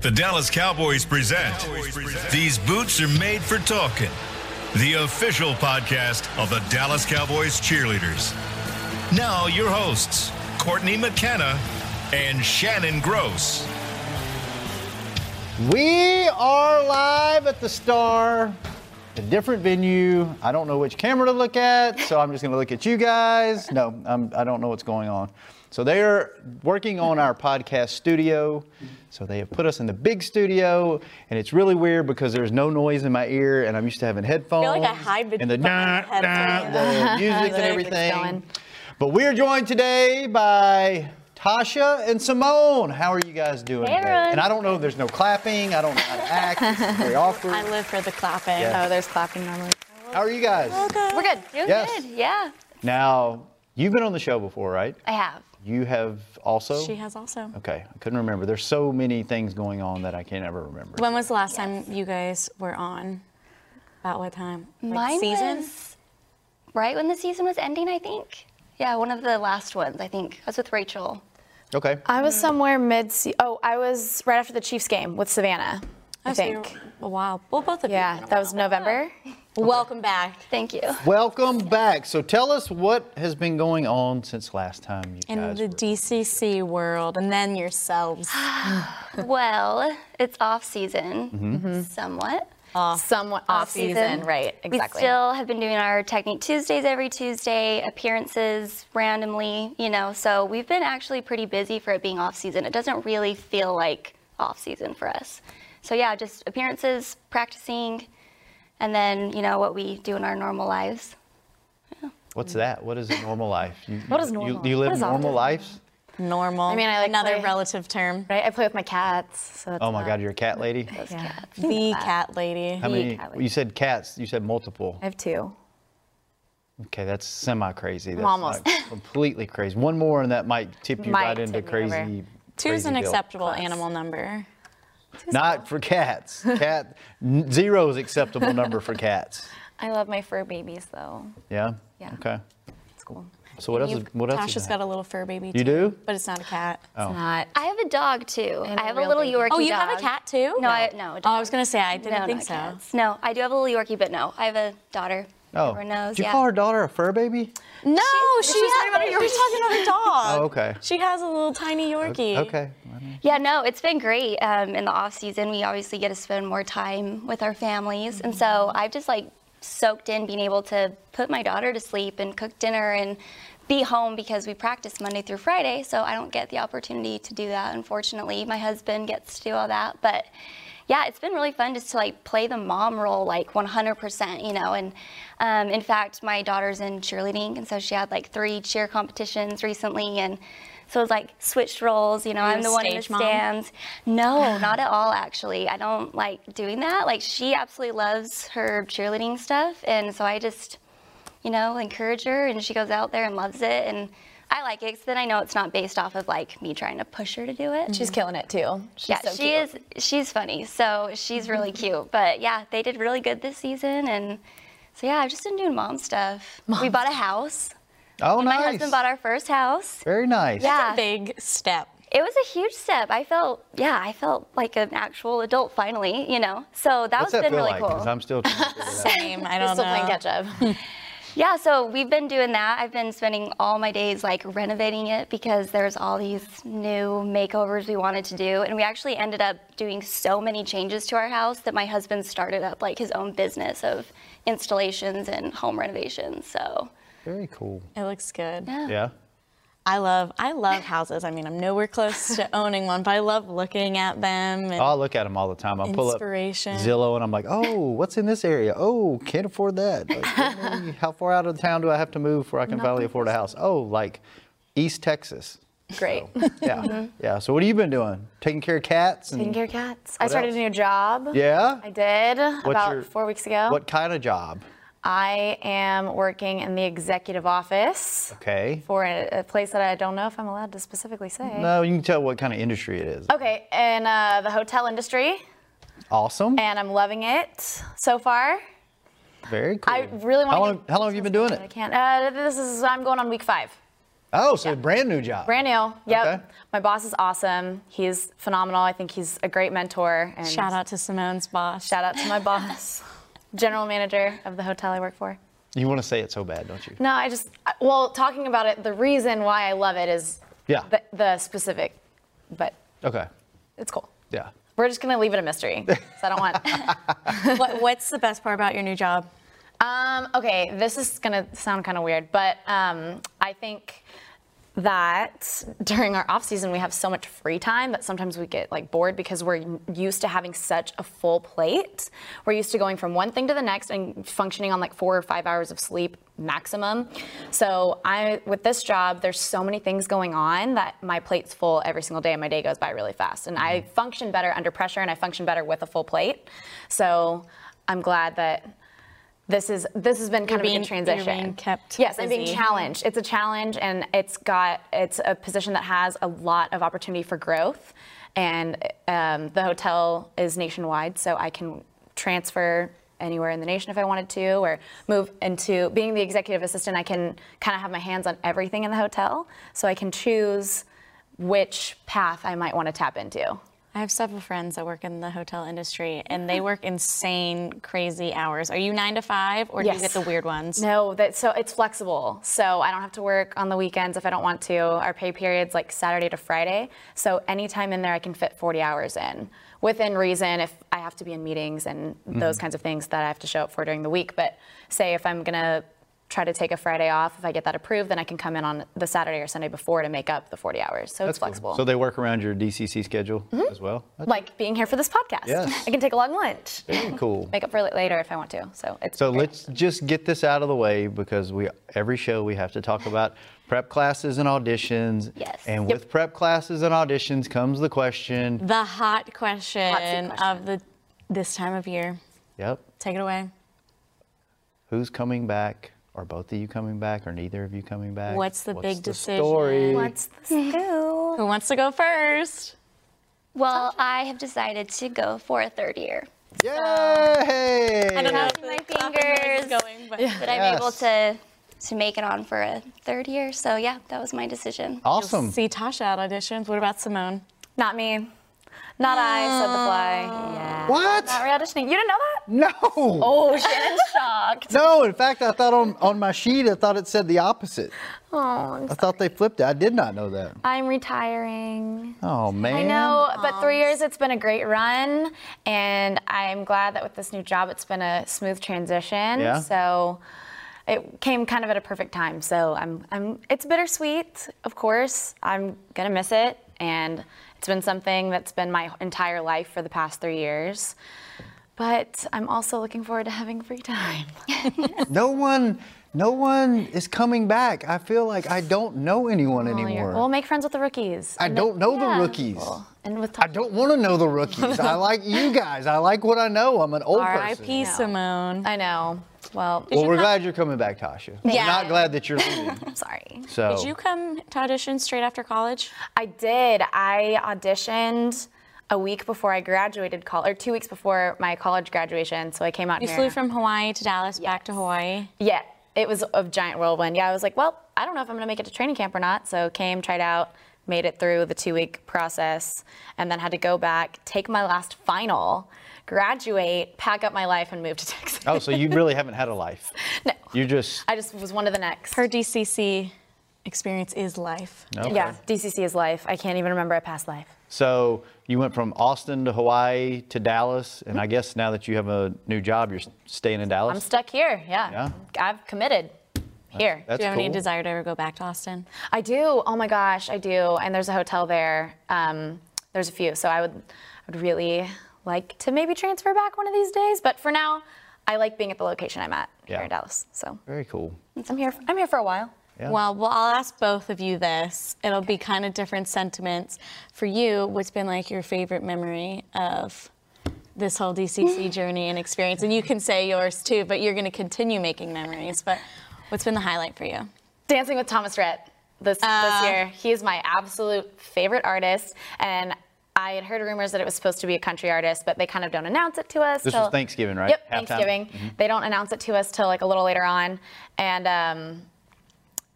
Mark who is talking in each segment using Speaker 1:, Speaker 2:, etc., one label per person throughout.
Speaker 1: The Dallas Cowboys present These Boots Are Made for Talking, the official podcast of the Dallas Cowboys cheerleaders. Now, your hosts, Courtney McKenna and Shannon Gross.
Speaker 2: We are live at the Star, a different venue. I don't know which camera to look at, so I'm just going to look at you guys. No, I'm, I don't know what's going on. So they are working on our podcast studio. So they have put us in the big studio, and it's really weird because there's no noise in my ear, and I'm used to having headphones.
Speaker 3: I hide
Speaker 2: and the nah,
Speaker 3: behind headphones.
Speaker 2: the music and
Speaker 3: Music's
Speaker 2: everything.
Speaker 3: going.
Speaker 2: But we are joined today by Tasha and Simone. How are you guys doing?
Speaker 3: Hey,
Speaker 2: today?
Speaker 3: everyone.
Speaker 2: And I don't know. There's no clapping. I don't know how to act. It's very awkward.
Speaker 3: I live for the clapping.
Speaker 2: Yeah.
Speaker 4: Oh, there's clapping normally.
Speaker 2: How are you guys?
Speaker 4: We're good.
Speaker 3: You're
Speaker 2: Yes.
Speaker 3: good. Yeah.
Speaker 2: Now, you've been on the show before, right?
Speaker 4: I have.
Speaker 2: You have also.
Speaker 3: She has also.
Speaker 2: Okay, I couldn't remember. There's so many things going on that I can't ever remember.
Speaker 3: When was the last time you guys were on? About what time? Like
Speaker 5: Mine
Speaker 3: season?
Speaker 5: was right when the season was ending, I think. Yeah, one of the last ones, I think. I was with Rachel.
Speaker 2: Okay.
Speaker 4: I was somewhere mid. Oh, I was right after the Chiefs game with Savannah. I
Speaker 3: Oh, so you
Speaker 4: think.
Speaker 3: were- A while. Well, both of you.
Speaker 4: Yeah, that was November.
Speaker 3: Welcome back.
Speaker 5: Thank you.
Speaker 2: Welcome back. So tell us what has been going on since last time you
Speaker 3: In
Speaker 2: guys
Speaker 3: the
Speaker 2: were-
Speaker 3: DCC world, and then yourselves.
Speaker 5: well, it's off season, somewhat.
Speaker 4: Somewhat Mm-hmm. off season, right? Exactly.
Speaker 5: We still have been doing our Technique Tuesdays every Tuesday, appearances randomly, you know. So we've been actually pretty busy for it being off season. It doesn't really feel like off season for us. So yeah, just appearances, practicing, and then you know what we do in our normal lives.
Speaker 2: What's that? What is a normal life? You,
Speaker 4: What is
Speaker 2: you-
Speaker 4: normal?
Speaker 2: You, live
Speaker 4: What is
Speaker 2: normal
Speaker 4: autism?
Speaker 2: lives?
Speaker 3: Normal.
Speaker 4: I mean, I like
Speaker 3: another
Speaker 4: play-
Speaker 3: relative term.
Speaker 4: right? I play with my cats. So it's
Speaker 2: Oh my
Speaker 4: not-
Speaker 2: God, you're a cat lady.
Speaker 4: Yeah.
Speaker 3: The cat lady.
Speaker 2: How many?
Speaker 4: cat lady.
Speaker 2: You said cats. You said multiple.
Speaker 4: I have two.
Speaker 2: Okay, that's semi crazy. That's
Speaker 4: almost.
Speaker 2: not completely crazy. One more, and that might tip you
Speaker 4: Might
Speaker 2: right into
Speaker 4: tip me over.
Speaker 2: crazy.
Speaker 3: Two's
Speaker 2: crazy
Speaker 3: an
Speaker 2: bill.
Speaker 3: acceptable animal number.
Speaker 2: Not for cats. Cat n- zero is acceptable number for cats.
Speaker 4: I love my fur babies though.
Speaker 2: Yeah.
Speaker 4: Yeah.
Speaker 2: Okay.
Speaker 4: It's cool.
Speaker 2: So what else? Is, what else?
Speaker 3: Tasha's
Speaker 2: is
Speaker 3: got a little fur baby.
Speaker 2: You
Speaker 3: too,
Speaker 2: do?
Speaker 3: But it's not a cat.
Speaker 2: Oh.
Speaker 4: It's not.
Speaker 5: I have a dog too.
Speaker 4: And
Speaker 5: I
Speaker 4: a
Speaker 5: have a
Speaker 4: real
Speaker 5: little
Speaker 4: baby.
Speaker 5: Yorkie.
Speaker 3: Oh, you have a
Speaker 5: dog.
Speaker 3: cat too?
Speaker 5: No, I no. a
Speaker 3: Oh,
Speaker 5: dog.
Speaker 3: I was gonna say I didn't
Speaker 5: no,
Speaker 3: think
Speaker 5: not
Speaker 3: so.
Speaker 5: cats. No, I do have a little Yorkie, but no, I have a daughter.
Speaker 2: oh.
Speaker 5: everyone knows.
Speaker 2: Did you
Speaker 5: yeah.
Speaker 2: call her daughter a fur baby?
Speaker 3: No,
Speaker 5: She's-
Speaker 3: she,
Speaker 5: she's
Speaker 3: has,
Speaker 5: talking about a
Speaker 3: you're talking about her
Speaker 5: Uh,
Speaker 3: dog.
Speaker 2: Oh, okay.
Speaker 3: She has a little tiny Yorkie.
Speaker 2: Okay.
Speaker 5: Yeah, no, it's been great. Um, in the off season, we obviously get to spend more time with our families, and so I've just like soaked in being able to put my daughter to sleep and cook dinner and be home because we practice Monday through Friday. So I don't get the opportunity to do that, unfortunately. My husband gets to do all that, but yeah, it's been really fun just to like play the mom role like 100%, you know. And um, in fact, my daughter's in cheerleading, and so she had like three cheer competitions recently, and so it's like switched roles, you know. I'm
Speaker 3: a
Speaker 5: the one in the
Speaker 3: stage mom?
Speaker 5: stands. No, not at all. Actually, I don't like doing that. Like she absolutely loves her cheerleading stuff, and so I just, you know, encourage her, and she goes out there and loves it, and. I like it 'cause then I know it's not based off of like me trying to push her to do it.
Speaker 3: Mm-hmm.
Speaker 4: She's killing it too. She's
Speaker 5: Yeah,
Speaker 4: so
Speaker 5: she
Speaker 4: cute.
Speaker 5: is. She's funny, so she's really cute. But yeah, they did really good this season, and so yeah, I've just been doing mom stuff. We bought a house.
Speaker 2: Oh, nice.
Speaker 5: My husband bought our first house.
Speaker 2: Very nice.
Speaker 5: Yeah,
Speaker 3: Big step.
Speaker 5: it was a huge step. I felt, yeah, I felt like an actual adult finally, you know. So that
Speaker 2: What's
Speaker 5: has
Speaker 2: that
Speaker 5: been
Speaker 2: feel
Speaker 5: really
Speaker 2: like?
Speaker 5: cool.
Speaker 2: Because I'm still. Trying to figure it out.
Speaker 3: Same. I
Speaker 4: She's
Speaker 3: don't
Speaker 4: still playing
Speaker 3: know.
Speaker 4: catch up.
Speaker 5: Yeah, so we've been doing that. I've been spending all my days like renovating it because there's all these new makeovers we wanted to do. And we actually ended up doing so many changes to our house that my husband started up like his own business of installations and home renovations. So
Speaker 2: Very cool.
Speaker 3: It looks good.
Speaker 2: Yeah.
Speaker 3: I love I love houses. I mean, I'm nowhere close to owning one, but I love looking at them. And
Speaker 2: Oh, I look at them all the time. I pull up
Speaker 3: Inspiration.
Speaker 2: Zillow and I'm like, oh, what's in this area? Oh, can't afford that. Like, let me- how far out of town do I have to move before I can finally afford a house? Oh, like East Texas.
Speaker 4: Great.
Speaker 2: Yeah. Yeah. So what have you been doing? Taking care of cats? And
Speaker 4: Taking care of cats. I started
Speaker 2: else?
Speaker 4: a new job.
Speaker 2: Yeah.
Speaker 4: I did about
Speaker 2: your-
Speaker 4: four weeks ago.
Speaker 2: What kind of job?
Speaker 4: I am working in the executive office
Speaker 2: Okay.
Speaker 4: for a, a place that I don't know if I'm allowed to specifically say.
Speaker 2: No, you can tell what kind of industry it is.
Speaker 4: Okay, in uh, the hotel industry,
Speaker 2: Awesome.
Speaker 4: and I'm loving it so far.
Speaker 2: Very cool.
Speaker 4: I really want
Speaker 2: How
Speaker 4: to.
Speaker 2: long? How long have you been doing
Speaker 4: I
Speaker 2: it?
Speaker 4: can't. Uh, this is I'm going on week five.
Speaker 2: Oh, so brand new job.
Speaker 4: Brand new. Yep.
Speaker 2: Okay.
Speaker 4: My boss is awesome. He's phenomenal. I think he's a great mentor. And
Speaker 3: Shout out to Simone's boss.
Speaker 4: Shout out to my boss, general manager of the hotel I work for.
Speaker 2: You want to say it so bad, don't you?
Speaker 4: No, I just, I- well, talking about it, the reason why I love it is
Speaker 2: Yeah.
Speaker 4: the, the specific, but
Speaker 2: Okay.
Speaker 4: it's cool.
Speaker 2: Yeah.
Speaker 4: We're just gonna leave it a mystery. 'cause I don't want.
Speaker 3: What, what's the best part about your new job?
Speaker 4: um, okay, this is gonna sound kind of weird, but um, I think that during our off season we have so much free time that sometimes we get like bored because we're used to having such a full plate. We're used to going from one thing to the next and functioning on like 4 or 5 hours of sleep maximum. So, I with this job there's so many things going on that my plate's full every single day and my day goes by really fast. And I function better under pressure and I function better with a full plate. So, I'm glad that this is this has been kind of a
Speaker 3: being-
Speaker 4: good
Speaker 3: you're
Speaker 4: transition.
Speaker 3: being kept
Speaker 4: yes, I'm being
Speaker 3: busy.
Speaker 4: challenged. It's a challenge, and it's got it's a position that has a lot of opportunity for growth, and um, the hotel is nationwide, so I can transfer anywhere in the nation if I wanted to, or move into being the executive assistant. I can kind of have my hands on everything in the hotel, so I can choose which path I might want to tap into.
Speaker 3: I have several friends that work in the hotel industry, and they work insane, crazy hours. Are you nine to five, or do you
Speaker 4: Yes.
Speaker 3: get the weird ones?
Speaker 4: No, that so it's flexible. So I don't have to work on the weekends if I don't want to. Our pay period's like Saturday to Friday. So anytime in there I can fit 40 hours in. Within reason if I have to be in meetings and
Speaker 3: Mm-hmm.
Speaker 4: those kinds of things that I have to show up for during the week, but say if I'm going to try to take a Friday off, if I get that approved, then I can come in on the Saturday or Sunday before to make up the 40 hours. So it's
Speaker 2: cool.
Speaker 4: flexible. Mm-hmm.
Speaker 2: So they work around your DCC schedule as well. That's
Speaker 4: like being here for this podcast.
Speaker 2: Yes.
Speaker 4: I can take a long lunch.
Speaker 2: pretty cool.
Speaker 4: Make up for it later if I want to. So it's
Speaker 2: So
Speaker 4: great.
Speaker 2: let's just get this out of the way because we every show we have to talk about prep classes and auditions.
Speaker 5: Yes.
Speaker 2: And with prep classes and auditions comes the
Speaker 4: Mm-hmm.
Speaker 2: question.
Speaker 3: The hot question,
Speaker 4: question.
Speaker 3: of the this time of year.
Speaker 2: Yep.
Speaker 3: Take it away.
Speaker 2: Who's coming back? Are both of you coming back? Or neither of you coming back?
Speaker 3: What's the big decision?
Speaker 2: Story?
Speaker 4: What's the scoop?
Speaker 3: Who wants to go first?
Speaker 5: Well, I have decided to go for a third year.
Speaker 2: Yay!
Speaker 3: I don't know if
Speaker 5: My
Speaker 3: the clapping noise is
Speaker 5: fingers.
Speaker 3: going, but
Speaker 5: That I'm able
Speaker 2: Yes.
Speaker 5: to to make it on for a third year. So yeah, that was my decision.
Speaker 2: Awesome.
Speaker 3: see Tasha at auditions. What about Simone?
Speaker 4: Not me. Not I, said the fly. Yeah.
Speaker 2: What?
Speaker 4: Not re-auditioning. You didn't know that?
Speaker 2: No.
Speaker 4: Oh, Shannon's shocked.
Speaker 2: No, in fact, I thought on, on my sheet, I thought it said the opposite.
Speaker 4: Oh, I'm,
Speaker 2: I thought they flipped it. I did not know that.
Speaker 4: I'm retiring.
Speaker 2: Oh, man.
Speaker 4: I know, but three years, it's been a great run, and I'm glad that with this new job, it's been a smooth transition.
Speaker 2: Yeah.
Speaker 4: So it came kind of at a perfect time. So I'm, I'm, it's bittersweet, of course. I'm gonna miss it, and it's been something that's been my entire life for the past three years. But I'm also looking forward to having free time.
Speaker 2: No one, no one is coming back. I feel like I don't know anyone
Speaker 4: Well, Oh, you're-
Speaker 2: anymore.
Speaker 4: We'll make friends with the rookies.
Speaker 2: I
Speaker 4: And the-
Speaker 2: don't know
Speaker 4: yeah.
Speaker 2: the rookies.
Speaker 4: And with
Speaker 2: I don't want to know the rookies. I like you guys. I like what I know. I'm an old person.
Speaker 3: R.I.P. Simone.
Speaker 4: I know. Well,
Speaker 2: Well, we're glad you're coming back, Tasha. We're
Speaker 3: Yeah.
Speaker 2: not glad that you're leaving.
Speaker 4: I'm sorry.
Speaker 2: So
Speaker 3: Did you come to audition straight after college?
Speaker 4: I did. I auditioned a week before I graduated college, or two weeks before my college graduation. So I came out
Speaker 3: You
Speaker 4: here.
Speaker 3: flew from Hawaii to Dallas, back to Hawaii.
Speaker 4: Yeah, it was a giant whirlwind. Yeah, I was like, well, I don't know if I'm gonna make it to training camp or not. So came, tried out, made it through the two week process, and then had to go back, take my last final, graduate, pack up my life, and move to Texas.
Speaker 2: oh, so you really haven't had a life.
Speaker 4: No.
Speaker 2: You just
Speaker 4: I just was one of the next.
Speaker 3: Her DCC experience is life.
Speaker 2: okay.
Speaker 4: Yeah, DCC is life. I can't even remember a past life.
Speaker 2: So you went from Austin to Hawaii to Dallas, and I guess now that you have a new job, you're staying in Dallas.
Speaker 4: Mm-hmm. I'm stuck here. Yeah. I've committed here.
Speaker 2: That's
Speaker 3: Do you have
Speaker 2: cool.
Speaker 3: any desire to ever go back to Austin?
Speaker 4: I do. Oh my gosh, I do. And there's a hotel there. Um, there's a few. So I would, I would really like to maybe transfer back one of these days. But for now, I like being at the location I'm at
Speaker 2: Yeah.
Speaker 4: here in Dallas. So
Speaker 2: Very cool.
Speaker 4: I'm here. I'm here for a while.
Speaker 2: Yeah.
Speaker 3: Well, well, I'll ask both of you this. It'll be kind of different sentiments. For you, what's been like your favorite memory of this whole DCC journey and experience? And you can say yours too, but you're going to continue making memories. But what's been the highlight for you?
Speaker 4: Dancing with Thomas Rhett this,
Speaker 3: Ah.
Speaker 4: this year. He is my absolute favorite artist, and I had heard rumors that it was supposed to be a country artist, but they kind of don't announce it to us.
Speaker 2: This
Speaker 4: till-
Speaker 2: was Thanksgiving, right?
Speaker 4: Yep,
Speaker 2: Halftime? Mm-hmm.
Speaker 4: Thanksgiving. They don't announce it to us till like a little later on, and um,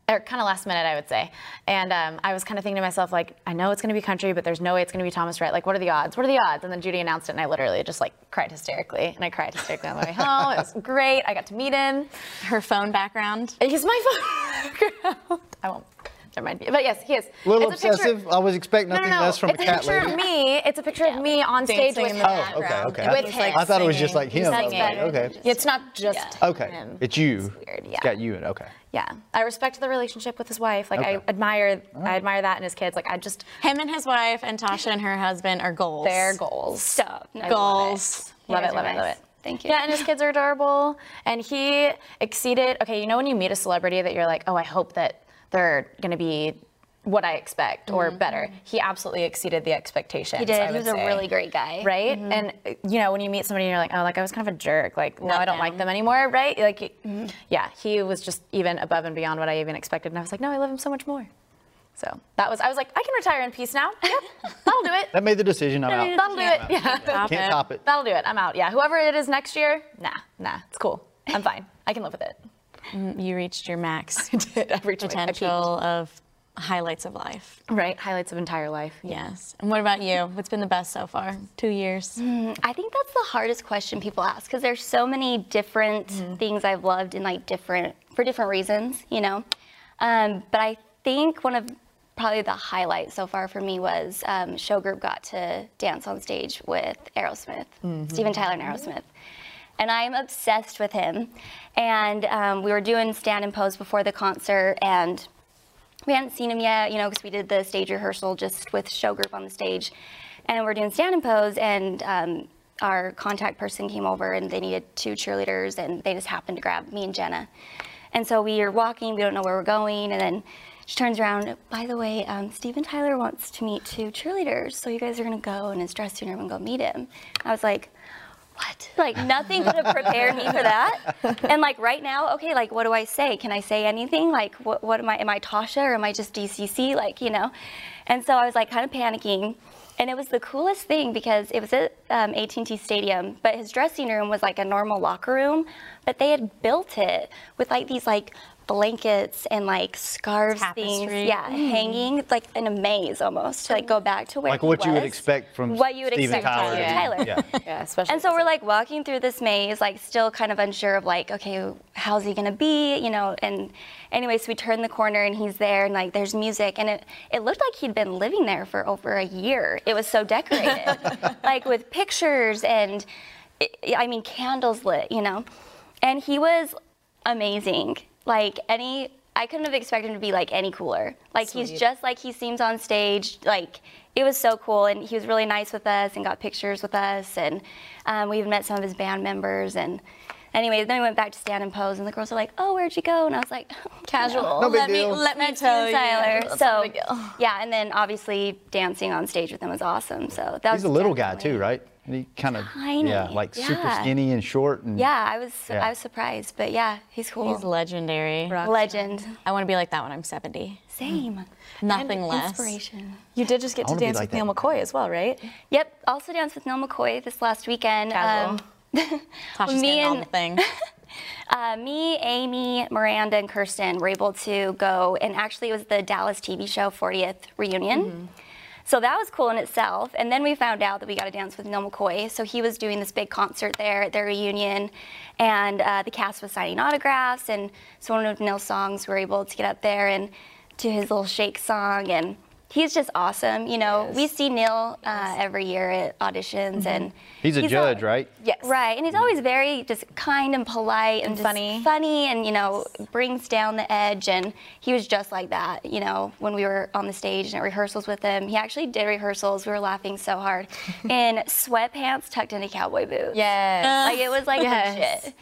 Speaker 4: or kind of last minute, I would say. And um, I was kind of thinking to myself, like, I know it's going to be country, but there's no way it's going to be Thomas Rhett. Like, what are the odds? What are the odds? And then Judy announced it, and I literally just like cried hysterically. And I cried hysterically on the way home. It was Oh, great. I got to meet him. Uh,
Speaker 3: Her phone background.
Speaker 4: He's my phone. I won't. Never mind. But yes, he is.
Speaker 2: A little
Speaker 4: It's a picture-
Speaker 2: obsessive. I was expecting
Speaker 4: No,
Speaker 2: nothing
Speaker 4: no, no.
Speaker 2: less from
Speaker 4: it's
Speaker 2: a
Speaker 4: a
Speaker 2: cat
Speaker 4: picture
Speaker 2: lady.
Speaker 4: of me. It's a picture of me on stage
Speaker 3: Dancing
Speaker 4: with
Speaker 3: in
Speaker 4: him.
Speaker 3: the
Speaker 2: Oh, okay,
Speaker 3: background.
Speaker 2: okay.
Speaker 4: With
Speaker 2: I,
Speaker 4: him.
Speaker 2: I thought it was just like him. I was
Speaker 4: Singing.
Speaker 2: like, okay.
Speaker 4: It's not just
Speaker 2: Okay.
Speaker 4: him.
Speaker 2: It's you.
Speaker 4: weird,
Speaker 2: It's
Speaker 4: yeah.
Speaker 2: got you in. it, Okay.
Speaker 4: Yeah, I respect the relationship with his wife. Like
Speaker 2: Okay.
Speaker 4: I admire, I admire that in his kids. Like I just,
Speaker 3: Him and his wife and Tasha and her husband are goals.
Speaker 4: their goals.
Speaker 5: Stop. No, I love it.
Speaker 3: goals.
Speaker 5: You
Speaker 4: Love
Speaker 5: guys
Speaker 4: it,
Speaker 5: are
Speaker 4: love it, love
Speaker 5: nice.
Speaker 4: it.
Speaker 5: Thank you.
Speaker 4: Yeah, and his kids are adorable. And he exceeded. Okay, you know when you meet a celebrity that you're like, oh, I hope that they're gonna be what I expect or better. He absolutely exceeded the expectations.
Speaker 5: he
Speaker 4: I
Speaker 5: did. He
Speaker 4: would
Speaker 5: was a
Speaker 4: say.
Speaker 5: really great guy.
Speaker 4: Right? And uh, you know, when you meet somebody and you're like, oh, like I was kind of a jerk. Like, no,
Speaker 3: Let
Speaker 4: I don't
Speaker 3: down.
Speaker 4: like them anymore, right? Like, y- yeah, he was just even above and beyond what I even expected. And I was like, no, I love him so much more. So that was, I was like, I can retire in peace now. Yep, that'll do it.
Speaker 2: That made the decision. I'm out.
Speaker 4: That'll do it. Yeah.
Speaker 3: Stop
Speaker 2: Can't
Speaker 3: it.
Speaker 2: top it.
Speaker 4: That'll do it. I'm out. Yeah. Whoever it is next year, nah, nah. It's cool. I'm fine. I can live with it.
Speaker 3: Mm, You reached your max
Speaker 4: did. I've reached my- I peaked.
Speaker 3: potential of highlights of life.
Speaker 4: Right. Highlights of entire life.
Speaker 3: Yes. And what about you? What's been the best so far? Two years.
Speaker 5: Hmm, I think that's the hardest question people ask because there's so many different things I've loved and like different for different reasons, you know. Um, but I think one of probably the highlight so far for me was um, show group got to dance on stage with Aerosmith, Steven Tyler and Aerosmith. And I'm obsessed with him. And um, we were doing stand and pose before the concert, and we hadn't seen him yet, you know, because we did the stage rehearsal just with show group on the stage, and we're doing stand and pose, and um, our contact person came over, and they needed two cheerleaders, and they just happened to grab me and Jenna, and so we are walking, we don't know where we're going, and then she turns around. By the way, um, Steven Tyler wants to meet two cheerleaders, so you guys are gonna go in his dressing room and go meet him. I was like. What? Like nothing could have prepared me for that. And like right now, okay, like what do I say? Can I say anything? Like what, what am I? Am I Tasha or am I just DCC? Like you know. And so I was like kind of panicking, and it was the coolest thing because it was at um, AT&T Stadium, but his dressing room was like a normal locker room, but they had built it with like these like blankets and like scarves
Speaker 3: Tapestry.
Speaker 5: things, yeah, hanging like in a maze almost to like go back to where
Speaker 2: Like
Speaker 5: he
Speaker 2: what you would
Speaker 5: was.
Speaker 2: expect from
Speaker 5: what you would
Speaker 2: Steven
Speaker 5: expect
Speaker 2: Tyler.
Speaker 5: from
Speaker 4: Yeah.
Speaker 5: Tyler.
Speaker 2: Yeah.
Speaker 4: Yeah. Especially.
Speaker 5: And so we're like walking through this maze, like still kind of unsure of like, okay, how's he gonna be, you know? And anyway, so we turn the corner and he's there, and like there's music, and it it looked like he'd been living there for over a year. It was so decorated, like with pictures and, i I mean, candles lit, you know. And he was amazing. Like any, I couldn't have expected him to be like any cooler. Like he's just like he seems on stage. Like it was so cool, and he was really nice with us and got pictures with us, and um, we even met some of his band members. And anyway, then we went back to stand and pose, and the girls were like, "Oh, where'd you go?" And I was like,
Speaker 4: casual.
Speaker 2: No big
Speaker 3: let me
Speaker 2: deal.
Speaker 3: let me tell
Speaker 5: Tyler.
Speaker 3: you.
Speaker 5: So
Speaker 4: big deal.
Speaker 5: yeah, and then obviously dancing on stage with him was awesome. So that was
Speaker 2: He's a little guy
Speaker 5: definitely-
Speaker 2: too, right? And he kind of
Speaker 5: Tiny,
Speaker 2: yeah, like super
Speaker 5: yeah.
Speaker 2: skinny and short and
Speaker 5: Yeah, I was
Speaker 2: Mm. Yeah.
Speaker 5: I was surprised, but yeah, he's cool.
Speaker 3: He's legendary.
Speaker 5: Legend.
Speaker 3: I want to be like that when I'm Mm. 70.
Speaker 5: Same.
Speaker 3: Nothing less.
Speaker 5: Inspiration.
Speaker 4: You did just get
Speaker 2: I
Speaker 4: to
Speaker 2: wanna be
Speaker 4: dance
Speaker 2: like
Speaker 4: with
Speaker 2: that.
Speaker 4: Neil McCoy as well, right?
Speaker 5: Yep. Also danced with Neil McCoy this last weekend. um,
Speaker 4: Casual.
Speaker 3: Tasha's
Speaker 5: me
Speaker 3: getting all
Speaker 5: and-
Speaker 3: the thing.
Speaker 5: uh, me, Amy, Miranda, and Kirsten were able to go, and actually it was the Dallas TV show 40th reunion.
Speaker 4: Mm-hmm.
Speaker 5: So that was cool in itself. And then we found out that we got to dance with Neil McCoy. So he was doing this big concert there at their reunion, and uh, the cast was signing autographs. And so one of Neil's songs, we were able to get up there and do his little shake song. And he's just awesome. You know, we see Neil uh, every year at auditions,
Speaker 2: Mm-hmm.
Speaker 5: and
Speaker 2: he's a judge,
Speaker 5: al-
Speaker 2: right?
Speaker 4: Yes. Mm-hmm.
Speaker 5: Right, and he's always very just kind and polite and, just
Speaker 4: funny.
Speaker 5: funny, and you know brings down the edge. And he was just like that, you know, when we were on the stage and at rehearsals with him. He actually did rehearsals. We were laughing so hard in sweatpants tucked into cowboy boots.
Speaker 4: Yes.
Speaker 5: like it was like
Speaker 4: Yes.
Speaker 5: legit.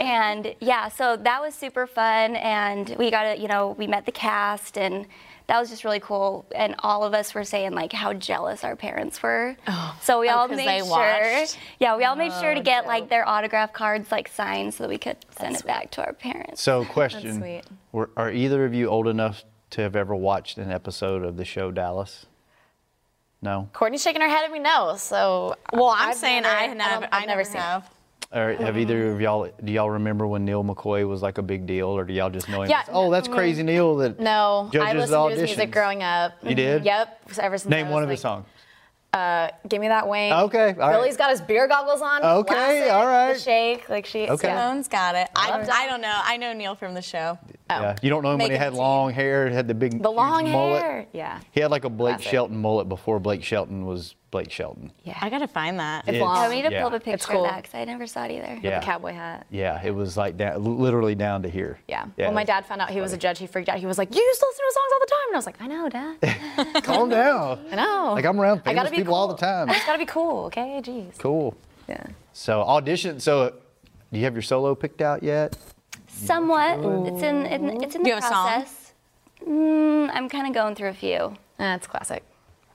Speaker 5: And yeah, so that was super fun, and we got to you know we met the cast and. That was just really cool, and all of us were saying like how jealous our parents were. Oh. So we
Speaker 3: Oh,
Speaker 5: all
Speaker 3: 'cause
Speaker 5: made
Speaker 3: they
Speaker 5: sure.
Speaker 3: watched?
Speaker 5: Yeah, we all made sure
Speaker 4: Oh,
Speaker 5: to get like their autograph cards like signed so that we could send it back to our parents.
Speaker 2: So question,
Speaker 4: sweet.
Speaker 2: were, are either of you old enough to have ever watched an episode of the show Dallas? No.
Speaker 4: Courtney's shaking her head at me no. So
Speaker 3: Well, I'm
Speaker 4: I've
Speaker 3: saying
Speaker 4: never-
Speaker 3: I
Speaker 4: I don't-
Speaker 3: never, I
Speaker 4: I've never
Speaker 3: never
Speaker 4: seen it.
Speaker 3: have.
Speaker 2: Or have either of y'all do y'all remember when Neil McCoy was like a big deal, or do y'all just know him?
Speaker 4: Yeah,
Speaker 2: as, oh, that's crazy, Neil. That
Speaker 4: Mm. No, I
Speaker 2: judges the
Speaker 4: listened to his music
Speaker 2: auditions."
Speaker 4: growing up.
Speaker 2: You did?
Speaker 4: Yep. Ever since
Speaker 2: Name
Speaker 4: I was
Speaker 2: one of his
Speaker 4: like,
Speaker 2: songs.
Speaker 4: Give me that wing.
Speaker 2: Okay, all right.
Speaker 4: Billy's got his beer goggles on.
Speaker 2: Okay,
Speaker 4: classic,
Speaker 2: all right.
Speaker 4: The shake, like she.
Speaker 2: Okay.
Speaker 4: yeah.
Speaker 3: Sloan's got it. I, I don't know. I know Neil from the show.
Speaker 2: Yeah, you don't know him when he
Speaker 3: Making
Speaker 2: had
Speaker 3: the
Speaker 2: long hair, had the big
Speaker 4: The
Speaker 2: huge
Speaker 4: long
Speaker 2: mullet.
Speaker 4: hair. Yeah.
Speaker 2: He had like a Blake
Speaker 4: Classic.
Speaker 2: Shelton mullet before Blake Shelton was Blake Shelton.
Speaker 4: Yeah.
Speaker 3: I gotta find that.
Speaker 2: It's-
Speaker 4: long.
Speaker 5: I need to
Speaker 2: yeah.
Speaker 5: pull up a picture
Speaker 4: cool.
Speaker 5: of that because I never saw it either.
Speaker 4: The
Speaker 2: Yeah.
Speaker 4: cowboy hat.
Speaker 2: Yeah, it was like down, literally down to here.
Speaker 4: Yeah. Well, my dad found out he was a judge. He freaked out. He was like, "You used to listen to his songs all the time," and I was like, "I know, Dad.
Speaker 2: Calm down.
Speaker 4: I know."
Speaker 2: Like I'm around
Speaker 4: Oh. I gotta
Speaker 2: famous
Speaker 4: be
Speaker 2: people all the
Speaker 4: cool.
Speaker 2: time.
Speaker 4: I just gotta be cool, okay? Jeez.
Speaker 2: Cool.
Speaker 4: Yeah.
Speaker 2: So audition. So do you have your solo picked out yet?
Speaker 5: Somewhat. It's in, in it's in the
Speaker 3: you have a song?
Speaker 5: process. Mm, I'm kind of going through a few.
Speaker 4: That's classic.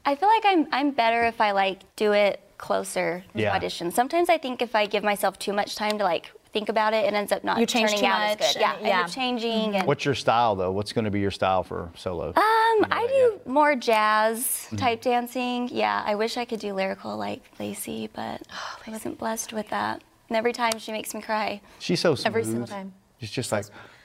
Speaker 5: I feel like I'm I'm better if I like do it closer to
Speaker 2: Yeah.
Speaker 5: audition. Sometimes I think if I give myself too much time to like think about it, it ends up not
Speaker 4: You change
Speaker 5: turning
Speaker 4: too
Speaker 5: out
Speaker 4: much
Speaker 5: as good. Yeah,
Speaker 4: and-
Speaker 5: I end
Speaker 4: yeah. Mm-hmm. Ah,
Speaker 5: up changing and
Speaker 2: What's your style though? What's going to be your style for solo?
Speaker 5: um, I do more jazz
Speaker 2: Mm-hmm.
Speaker 5: type dancing. Yeah, I wish I could do lyrical like Lacey, but
Speaker 4: Oh,
Speaker 5: I wasn't blessed with that. And every time she makes me cry.
Speaker 2: she's so smooth.
Speaker 4: every single time.
Speaker 2: She's just like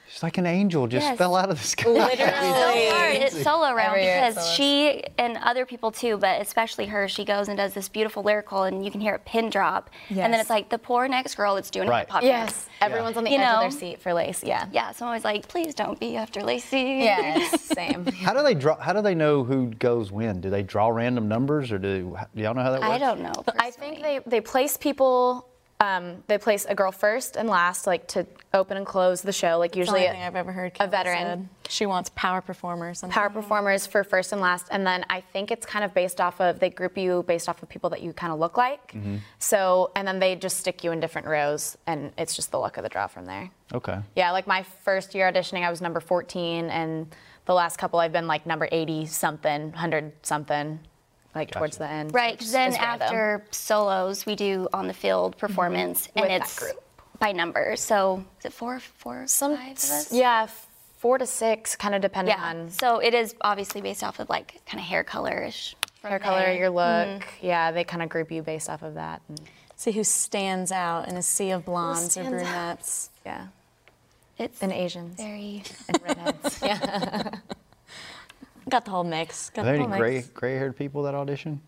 Speaker 2: she's like an angel just
Speaker 5: Yes.
Speaker 2: fell out of the sky.
Speaker 5: so hard. It's solo round
Speaker 4: Every year it's
Speaker 5: because
Speaker 4: solo.
Speaker 5: she and other people too, but especially her, she goes and does this beautiful lyrical, and you can hear a pin drop. And then
Speaker 4: Yes.
Speaker 5: it's like the poor next girl that's doing
Speaker 2: Right.
Speaker 5: hip hop.
Speaker 4: Yes. Everyone's on the
Speaker 5: You
Speaker 4: edge of
Speaker 5: know?
Speaker 4: their seat for Lace. Yeah.
Speaker 5: Yeah, so I'm always like, please don't be after Lacey.
Speaker 4: Yes. Same.
Speaker 2: How do they draw? How do they know who goes when? Do they draw random numbers or do, do y'all know how that works?
Speaker 5: I don't know.
Speaker 4: I think they, they place people. Um, they place a girl first and last, like to open and close the show. Like
Speaker 3: the only
Speaker 4: usually,
Speaker 3: thing I've ever heard. Kelly
Speaker 4: veteran.
Speaker 3: said. She wants power performers. and-
Speaker 4: power performers for first and last, and then I think it's kind of based off of they group you based off of people that you kind of look like.
Speaker 2: Mm-hmm.
Speaker 4: So and then they just stick you in different rows, and it's just the luck of the draw from there.
Speaker 2: Okay.
Speaker 4: Yeah, like my first year auditioning, I was number 14, and the last couple I've been like number 80 something, 100 something, like towards the
Speaker 2: Gotcha.
Speaker 4: end.
Speaker 5: Right, 'cause
Speaker 4: It's
Speaker 5: then
Speaker 4: just random.
Speaker 5: after solos, we do on the field performance,
Speaker 4: Mm-hmm. With
Speaker 5: and
Speaker 4: that
Speaker 5: it's
Speaker 4: group.
Speaker 5: by numbers. So is it four, four,
Speaker 4: Some,
Speaker 5: five of us?
Speaker 4: yeah, four to six, kind of depending
Speaker 5: Yeah.
Speaker 4: on
Speaker 5: So it is obviously based off of like kind of hair colorish. from
Speaker 4: hair color,
Speaker 5: there. Mm-hmm.
Speaker 4: your look. Yeah, they kind of group you based off of that. And,
Speaker 3: See who stands out in a sea of blondes or
Speaker 4: stands out?
Speaker 3: brunettes.
Speaker 4: yeah,
Speaker 5: It's
Speaker 4: and Asians
Speaker 5: very
Speaker 4: and redheads. yeah.
Speaker 3: Got the whole mix. Got
Speaker 2: Are there
Speaker 3: the
Speaker 2: any
Speaker 3: whole mix.
Speaker 2: gray gray-haired people that audition?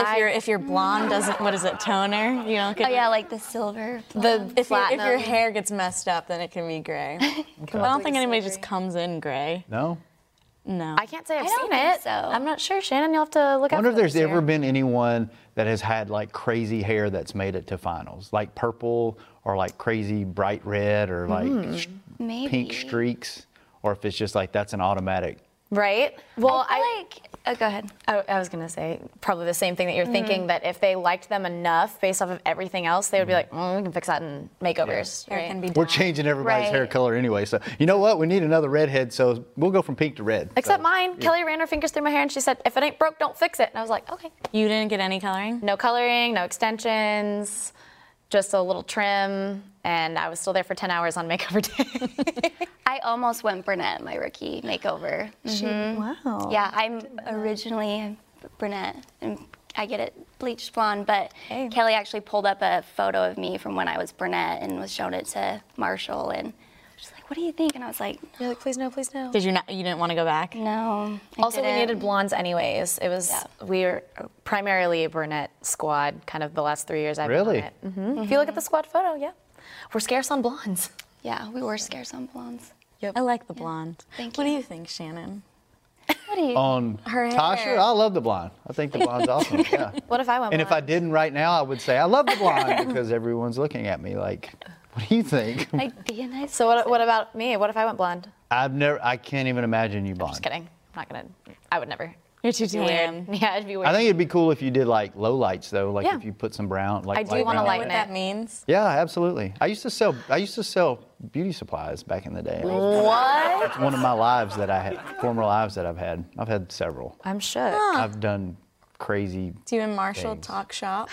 Speaker 3: If your if your blonde doesn't what is it toner? You don't get
Speaker 5: Oh yeah, like the silver.
Speaker 4: The
Speaker 3: If, your- if
Speaker 4: platinum.
Speaker 3: your hair gets messed up, then it can be gray. I don't think anybody just comes in gray.
Speaker 2: No.
Speaker 3: No.
Speaker 4: I can't say I've
Speaker 5: I
Speaker 4: seen
Speaker 5: don't think
Speaker 4: it.
Speaker 5: so.
Speaker 4: I'm not sure, Shannon. You'll have to look.
Speaker 2: I wonder if
Speaker 4: out for that
Speaker 2: there's
Speaker 4: this
Speaker 2: ever
Speaker 4: year.
Speaker 2: been anyone that has had like crazy hair that's made it to finals, like purple or like crazy bright red or like
Speaker 4: Hmm.
Speaker 2: s-
Speaker 5: Maybe.
Speaker 4: Mm-hmm.
Speaker 2: pink streaks, or if it's just like that's an automatic.
Speaker 4: right. Well,
Speaker 5: I feel like. Oh, go ahead. Mm-hmm.
Speaker 4: I, I was gonna say probably the same thing that you're thinking that if they liked them enough based off of everything else, they would be
Speaker 2: Mm-hmm.
Speaker 4: like, mm, we can fix that in makeovers.
Speaker 3: Hair
Speaker 4: right?
Speaker 3: can be
Speaker 2: We're
Speaker 3: dyed.
Speaker 2: changing everybody's hair
Speaker 5: Right.
Speaker 2: color anyway, so you know what? We need another redhead, so we'll go from pink to red.
Speaker 4: Except
Speaker 2: So-
Speaker 4: mine. Kelly ran her fingers through my hair and she said, if it ain't broke, don't fix it. And I was like, okay.
Speaker 3: You didn't get any coloring?
Speaker 4: No coloring, no extensions, just a little trim. And I was still there for 10 hours on makeover day.
Speaker 5: I almost went brunette my rookie makeover. Mm-hmm.
Speaker 4: Wow.
Speaker 5: Yeah, I'm originally brunette, and I get it bleached blonde. But Kelly actually pulled up a photo of me from when I was brunette and was shown it to Marshall, and she's like, "What do you think?" And I was like,
Speaker 4: You're like, please no, please no.
Speaker 3: Did you not you didn't want to go back?
Speaker 5: "No." I
Speaker 4: Also, we
Speaker 5: didn't."
Speaker 4: needed blondes anyways. It was,
Speaker 5: Yeah.
Speaker 4: we were primarily a brunette squad kind of the last three years I've
Speaker 2: Really?
Speaker 4: been on it. Mhm. If you look at the squad photo, yeah. We're scarce on blondes.
Speaker 5: Yeah, we were scarce on blondes.
Speaker 3: I like the blonde.
Speaker 5: Thank
Speaker 3: What do
Speaker 5: you.
Speaker 3: you think, Shannon?
Speaker 5: What do you?
Speaker 2: on
Speaker 3: Her
Speaker 2: Tasha,
Speaker 3: hair.
Speaker 2: I love the blonde. I think the blonde's awesome. Yeah.
Speaker 4: What if I went
Speaker 2: And if I
Speaker 4: blonde?
Speaker 2: didn't right now, I would say I love the blonde because everyone's looking at me like, what do you think?
Speaker 5: I'd be a nice.
Speaker 4: So what, what about me? What if I went blonde?
Speaker 2: I've never, I can't even imagine you blonde.
Speaker 4: Just kidding. I'm not gonna. I would never.
Speaker 3: You're too
Speaker 4: Be weird.
Speaker 3: tan.
Speaker 4: Yeah, it'd be weird.
Speaker 2: I think it'd be cool if you did like low lights though, like
Speaker 4: Yeah.
Speaker 2: if you put some brown. Like
Speaker 4: I do wanna
Speaker 2: brown.
Speaker 3: Know what
Speaker 4: lighten it.
Speaker 3: that means?
Speaker 2: Yeah, absolutely. I used to sell. I used to sell beauty supplies back in the day. What? It's one of my lives that I had, former lives that I've had. I've had several.
Speaker 4: I'm shook.
Speaker 2: I've done crazy.
Speaker 3: Do you and Marshall
Speaker 2: Things.
Speaker 3: talk shop?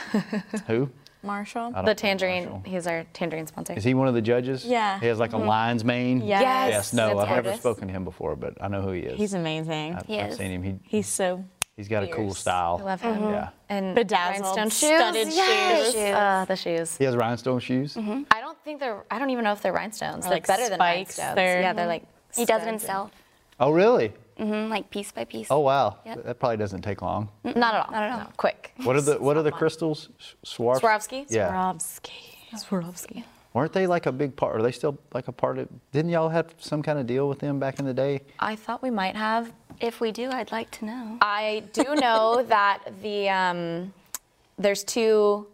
Speaker 2: Who?
Speaker 3: Marshall?
Speaker 4: the tangerine.
Speaker 2: Marshall.
Speaker 4: He's our tangerine sponsor.
Speaker 2: Is he one of the judges?
Speaker 3: Yeah.
Speaker 2: He has like a lion's mane.
Speaker 3: Yes.
Speaker 2: Yes. No,
Speaker 4: Mm-hmm. That's
Speaker 2: I've never
Speaker 4: gorgeous.
Speaker 2: spoken to him before, but I know who he is.
Speaker 3: He's amazing.
Speaker 2: I've
Speaker 5: is.
Speaker 2: seen him. He,
Speaker 3: He's so
Speaker 2: He's got a cool
Speaker 3: Fierce.
Speaker 2: style.
Speaker 4: I love him.
Speaker 2: Mm-hmm. Yeah.
Speaker 4: And
Speaker 3: Bedazzled,
Speaker 4: rhinestone
Speaker 3: studded
Speaker 4: shoes.
Speaker 3: Yes.
Speaker 5: shoes.
Speaker 4: Uh, the shoes.
Speaker 2: He has rhinestone shoes.
Speaker 4: I don't think they're. I don't even know if they're rhinestones.
Speaker 3: Or,
Speaker 4: they're
Speaker 3: like,
Speaker 4: better than
Speaker 3: spikes.
Speaker 4: rhinestones.
Speaker 3: They're-
Speaker 4: yeah, they're like.
Speaker 5: mm-hmm. He does
Speaker 4: studs
Speaker 5: it
Speaker 4: and-
Speaker 5: himself,
Speaker 2: Oh, really?
Speaker 5: hmm like piece by piece.
Speaker 2: Oh, wow.
Speaker 5: Yep.
Speaker 2: That probably doesn't take long.
Speaker 4: Not at all.
Speaker 5: Not at all.
Speaker 4: No, quick.
Speaker 2: What are the What are the crystals? Swarovski.
Speaker 4: Swarovski?
Speaker 2: Yeah.
Speaker 3: Swarovski. Swarovski.
Speaker 2: Weren't they like a big part? Are they still like a part of? Didn't y'all have some kind of deal with them back in the day?
Speaker 4: I thought we might have.
Speaker 5: If we do, I'd like to know.
Speaker 4: I do know that the um, there's two.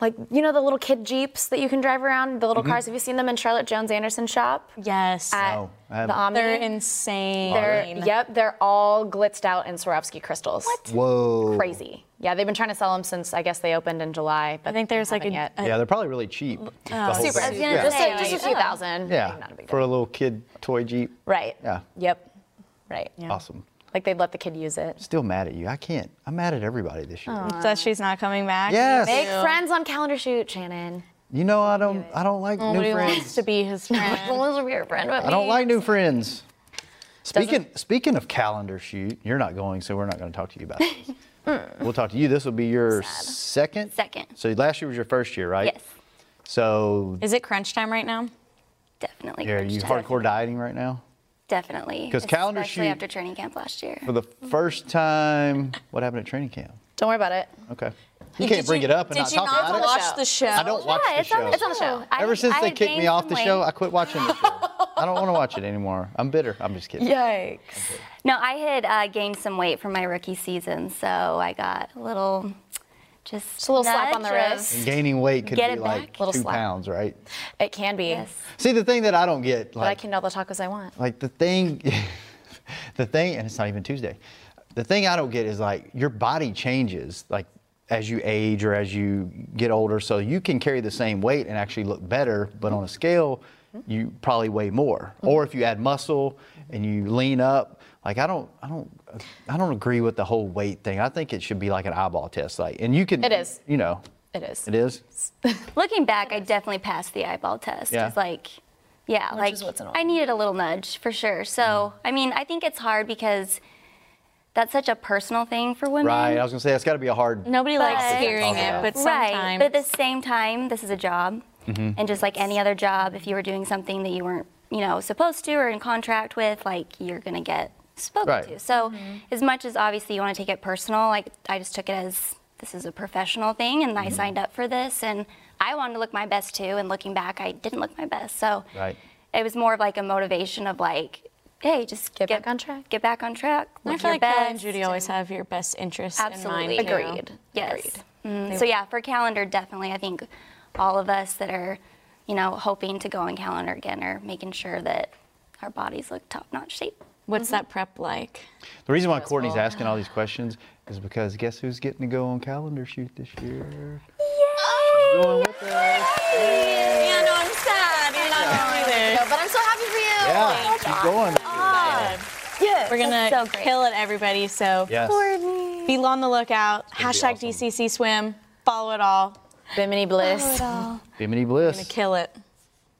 Speaker 4: Like you know the little kid jeeps that you can drive around, the little
Speaker 2: Mm-hmm.
Speaker 4: cars. Have you seen them in Charlotte Jones Anderson shop?
Speaker 3: Yes.
Speaker 4: At
Speaker 2: No, I
Speaker 4: the
Speaker 2: haven't.
Speaker 4: Omni.
Speaker 3: They're insane.
Speaker 4: They're- yep, they're all glitzed out in Swarovski crystals. What?
Speaker 2: Whoa.
Speaker 4: Crazy. Yeah, they've been trying to sell them since I guess they opened in July. But
Speaker 3: I think there's like a,
Speaker 4: haven't yet.
Speaker 3: a-
Speaker 2: Yeah, they're probably really cheap. the whole
Speaker 4: Uh, super.
Speaker 2: thing.
Speaker 5: Oh. was gonna
Speaker 2: yeah.
Speaker 4: Just,
Speaker 5: say,
Speaker 4: a, just a
Speaker 5: like, oh.
Speaker 4: few thousand.
Speaker 2: Yeah,
Speaker 4: Not a big
Speaker 2: for
Speaker 4: deal.
Speaker 2: a little kid toy jeep.
Speaker 4: Right.
Speaker 2: Yeah.
Speaker 4: Yep. Right.
Speaker 3: Yeah.
Speaker 2: Awesome.
Speaker 4: Like they'd let the kid use it.
Speaker 2: Still mad at you. I can't. I'm mad at everybody this
Speaker 4: Oh.
Speaker 2: year.
Speaker 3: that she's not coming back.
Speaker 2: Yes.
Speaker 3: Me
Speaker 4: Make
Speaker 3: too.
Speaker 4: friends on calendar shoot, Shannon.
Speaker 2: You know I don't. I don't like new
Speaker 3: Nobody
Speaker 2: friends.
Speaker 3: wants to be his friend.
Speaker 4: Those are your friend.
Speaker 2: I don't like new friends. Speaking speaking of calendar shoot, you're not going, so we're not going to talk to you about this. we'll talk to you. This will be your second.
Speaker 5: Second.
Speaker 2: So last year was your first year, right?
Speaker 5: Yes,
Speaker 2: So
Speaker 3: Is it crunch time right now?
Speaker 5: definitely.
Speaker 2: yeah, are you
Speaker 5: crunch time.
Speaker 2: hardcore dieting right now?
Speaker 5: Definitely.
Speaker 2: 'Cause calendar
Speaker 5: especially
Speaker 2: shoot-
Speaker 5: after training camp last year.
Speaker 2: For the first time, what happened at training camp?
Speaker 4: Don't worry about it.
Speaker 2: Okay. You can't bring it up and not
Speaker 3: Did you
Speaker 2: talk
Speaker 3: not
Speaker 2: about it.
Speaker 3: watch the show?
Speaker 2: I don't watch
Speaker 5: yeah,
Speaker 2: the
Speaker 5: it's
Speaker 2: show.
Speaker 5: on the show. I-
Speaker 2: Ever since
Speaker 5: I
Speaker 2: they
Speaker 5: had
Speaker 2: kicked me
Speaker 5: gained
Speaker 2: off
Speaker 5: some
Speaker 2: the show,
Speaker 5: weight.
Speaker 2: I quit watching the show. I don't want to watch it anymore. I'm bitter. I'm just kidding.
Speaker 4: Yikes.
Speaker 5: No, I had uh, gained some weight from my rookie season, so I got a little, just,
Speaker 4: a little slap on the
Speaker 5: nudge of-
Speaker 4: wrist.
Speaker 2: Gaining weight could
Speaker 5: Get
Speaker 2: be
Speaker 5: it
Speaker 2: like
Speaker 5: back.
Speaker 4: Little
Speaker 2: two
Speaker 4: slap.
Speaker 2: pounds, right?
Speaker 4: It can be.
Speaker 5: Yes.
Speaker 2: See, the thing that I don't get,
Speaker 4: But I
Speaker 2: like,
Speaker 4: can eat all the tacos I want.
Speaker 2: like the thing, the thing, and it's not even Tuesday. The thing I don't get is like your body changes, like as you age or as you get older. So you can carry the same weight and actually look better, but on a scale, you probably weigh more.
Speaker 4: Mm-hmm.
Speaker 2: Or if you add muscle and you lean up, like I don't, I don't, I don't agree with the whole weight thing. I think it should be like an eyeball test, like, and you can.
Speaker 4: It is.
Speaker 2: You know.
Speaker 4: It is.
Speaker 2: It is.
Speaker 5: Looking back, I definitely passed the eyeball test.
Speaker 2: Yeah.
Speaker 5: It's like, yeah, like
Speaker 4: is what's in all.
Speaker 5: I needed a little nudge for sure. So,
Speaker 2: Mm.
Speaker 5: I mean, I think it's hard because that's such a personal thing for women.
Speaker 2: Right. I was gonna say that's got to be a hard.
Speaker 3: Nobody likes
Speaker 5: But-
Speaker 3: hearing it, but
Speaker 5: Right.
Speaker 3: sometimes
Speaker 5: But at the same time, this is a job. And just like any other job, if you were doing something that you weren't, you know, supposed to or in contract with, like you're gonna get spoken
Speaker 2: Right.
Speaker 5: to. So
Speaker 3: Mm-hmm.
Speaker 5: as much as obviously you want to take it personal, like I just took it as this is a professional thing and I signed up for this and I wanted to look my best too and looking back I didn't look my best. So
Speaker 2: Right.
Speaker 5: it was more of like a motivation of like, hey, just get,
Speaker 4: back on track.
Speaker 5: Get back on track.
Speaker 3: I
Speaker 5: look
Speaker 3: feel
Speaker 5: your
Speaker 3: like Kyle and
Speaker 5: best.
Speaker 3: Judy always have your best interest
Speaker 5: Absolutely.
Speaker 3: in mind. too.
Speaker 4: Agreed.
Speaker 5: Yes.
Speaker 4: Agreed.
Speaker 5: Mm,
Speaker 3: Mm-hmm.
Speaker 5: so yeah, for calendar, definitely. I think all of us that are, you know, hoping to go on calendar again are making sure that our bodies look top-notch shape. Mm-hmm.
Speaker 3: What's that prep like?
Speaker 2: The reason why Courtney's asking all these questions is because guess who's getting to go on calendar shoot this year? Yay! Going with us.
Speaker 3: Yeah, no, Oh, I'm sad. You're not
Speaker 4: No, but I'm so happy for you.
Speaker 2: Yeah,
Speaker 3: Oh,
Speaker 2: she's going. this
Speaker 4: Oh.
Speaker 2: year.
Speaker 3: We're gonna
Speaker 5: That's so great.
Speaker 3: kill it, everybody. So
Speaker 2: Yes.
Speaker 3: be on the lookout.
Speaker 2: gonna be
Speaker 3: Hashtag
Speaker 2: awesome.
Speaker 3: DCC swim. Follow it all.
Speaker 4: Bimini Bliss.
Speaker 2: Bimini
Speaker 3: Gonna
Speaker 2: Bliss.
Speaker 3: kill it.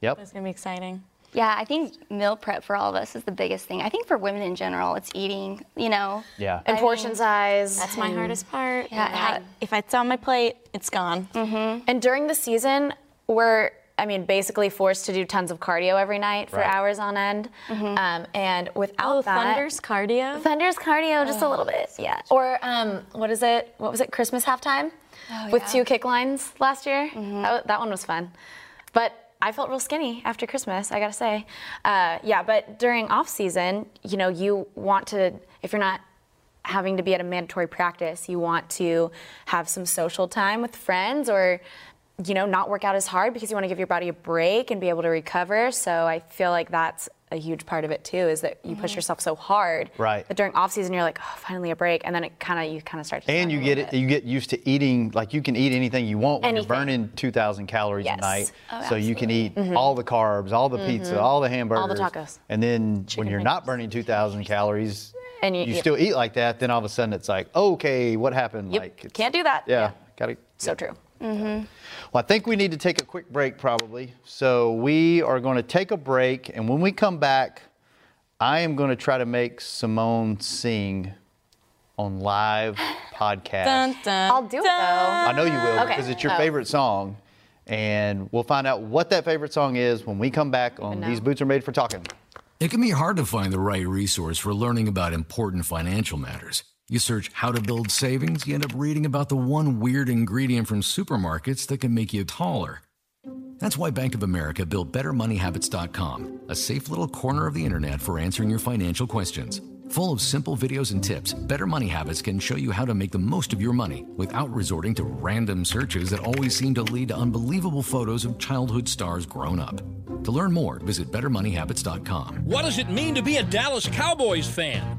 Speaker 2: Yep.
Speaker 3: It's gonna be exciting.
Speaker 5: Yeah, I think meal prep for all of us is the biggest thing. I think for women in general, it's eating. You know, Mm-hmm.
Speaker 2: Yeah.
Speaker 4: And portion size.
Speaker 3: That's my hardest part.
Speaker 5: Yeah,
Speaker 3: If I-
Speaker 5: that-
Speaker 3: if it's on my plate, it's gone.
Speaker 4: Mm-hmm. And during the season, we're, I mean, basically forced to do tons of cardio every night for
Speaker 2: Right.
Speaker 4: hours on end. Um, and without
Speaker 3: Oh,
Speaker 4: that,
Speaker 3: Thunder's cardio.
Speaker 4: Thunder's cardio just a little bit, yeah. Or um, what is it? What was it? Christmas halftime with two kick lines last year. That, wa- that one was fun, but I felt real skinny after Christmas. I gotta say, uh, yeah. But during off season, you know, you want to if you're not having to be at a mandatory practice, you want to have some social time with friends or. You know, not work out as hard because you want to give your body a break and be able to recover. So I feel like that's a huge part of it too, is that you push yourself so hard
Speaker 2: Right.
Speaker 4: but during off season, you're like, oh, finally a break, and then it kind of you kind of start. To
Speaker 2: And you get it. You get used to eating. Like you can eat anything you want when
Speaker 4: Anything.
Speaker 2: you're burning 2,000 calories
Speaker 4: Yes. Mm-hmm.
Speaker 2: a night.
Speaker 5: Oh,
Speaker 2: so you can eat all the carbs, all the pizza, all the hamburgers,
Speaker 4: tacos.
Speaker 2: And then when you're not
Speaker 3: fingers.
Speaker 2: burning 2,000 calories,
Speaker 4: And you- yeah.
Speaker 2: still eat like that. Then all of a sudden it's like, okay, what happened?
Speaker 4: Yep.
Speaker 2: Like it's-
Speaker 4: Can't do that. Mm-hmm.
Speaker 2: Yeah. Got to.
Speaker 4: So true.
Speaker 2: Well, I think we need to take a quick break probably. So we are going to take a break, and when we come back, I am going to try to make Simone sing on live podcasts.
Speaker 3: Dun, dun,
Speaker 4: I'll do it, though.
Speaker 3: dun.
Speaker 2: I know you will
Speaker 4: Okay.
Speaker 2: because it's your
Speaker 4: Oh.
Speaker 2: favorite song. And we'll find out what that favorite song is when we come back on
Speaker 4: know.
Speaker 2: These Boots Are Made for Talking.
Speaker 6: It can be hard to find the right resource for learning about important financial matters. You search how to build savings, you end up reading about the one weird ingredient from supermarkets that can make you taller. That's why Bank of America built BetterMoneyHabits.com, a safe little corner of the internet for answering your financial questions. Full of simple videos and tips, Better Money Habits can show you how to make the most of your money without resorting to random searches that always seem to lead to unbelievable photos of childhood stars grown up. To learn more, visit BetterMoneyHabits.com.
Speaker 7: What does it mean to be a Dallas Cowboys fan?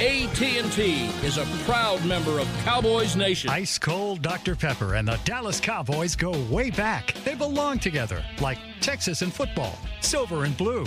Speaker 7: AT&T is a proud member of Cowboys Nation.
Speaker 8: Ice Cold Dr. Pepper and the Dallas Cowboys go way back. They belong together, like Texas and football, silver and blue,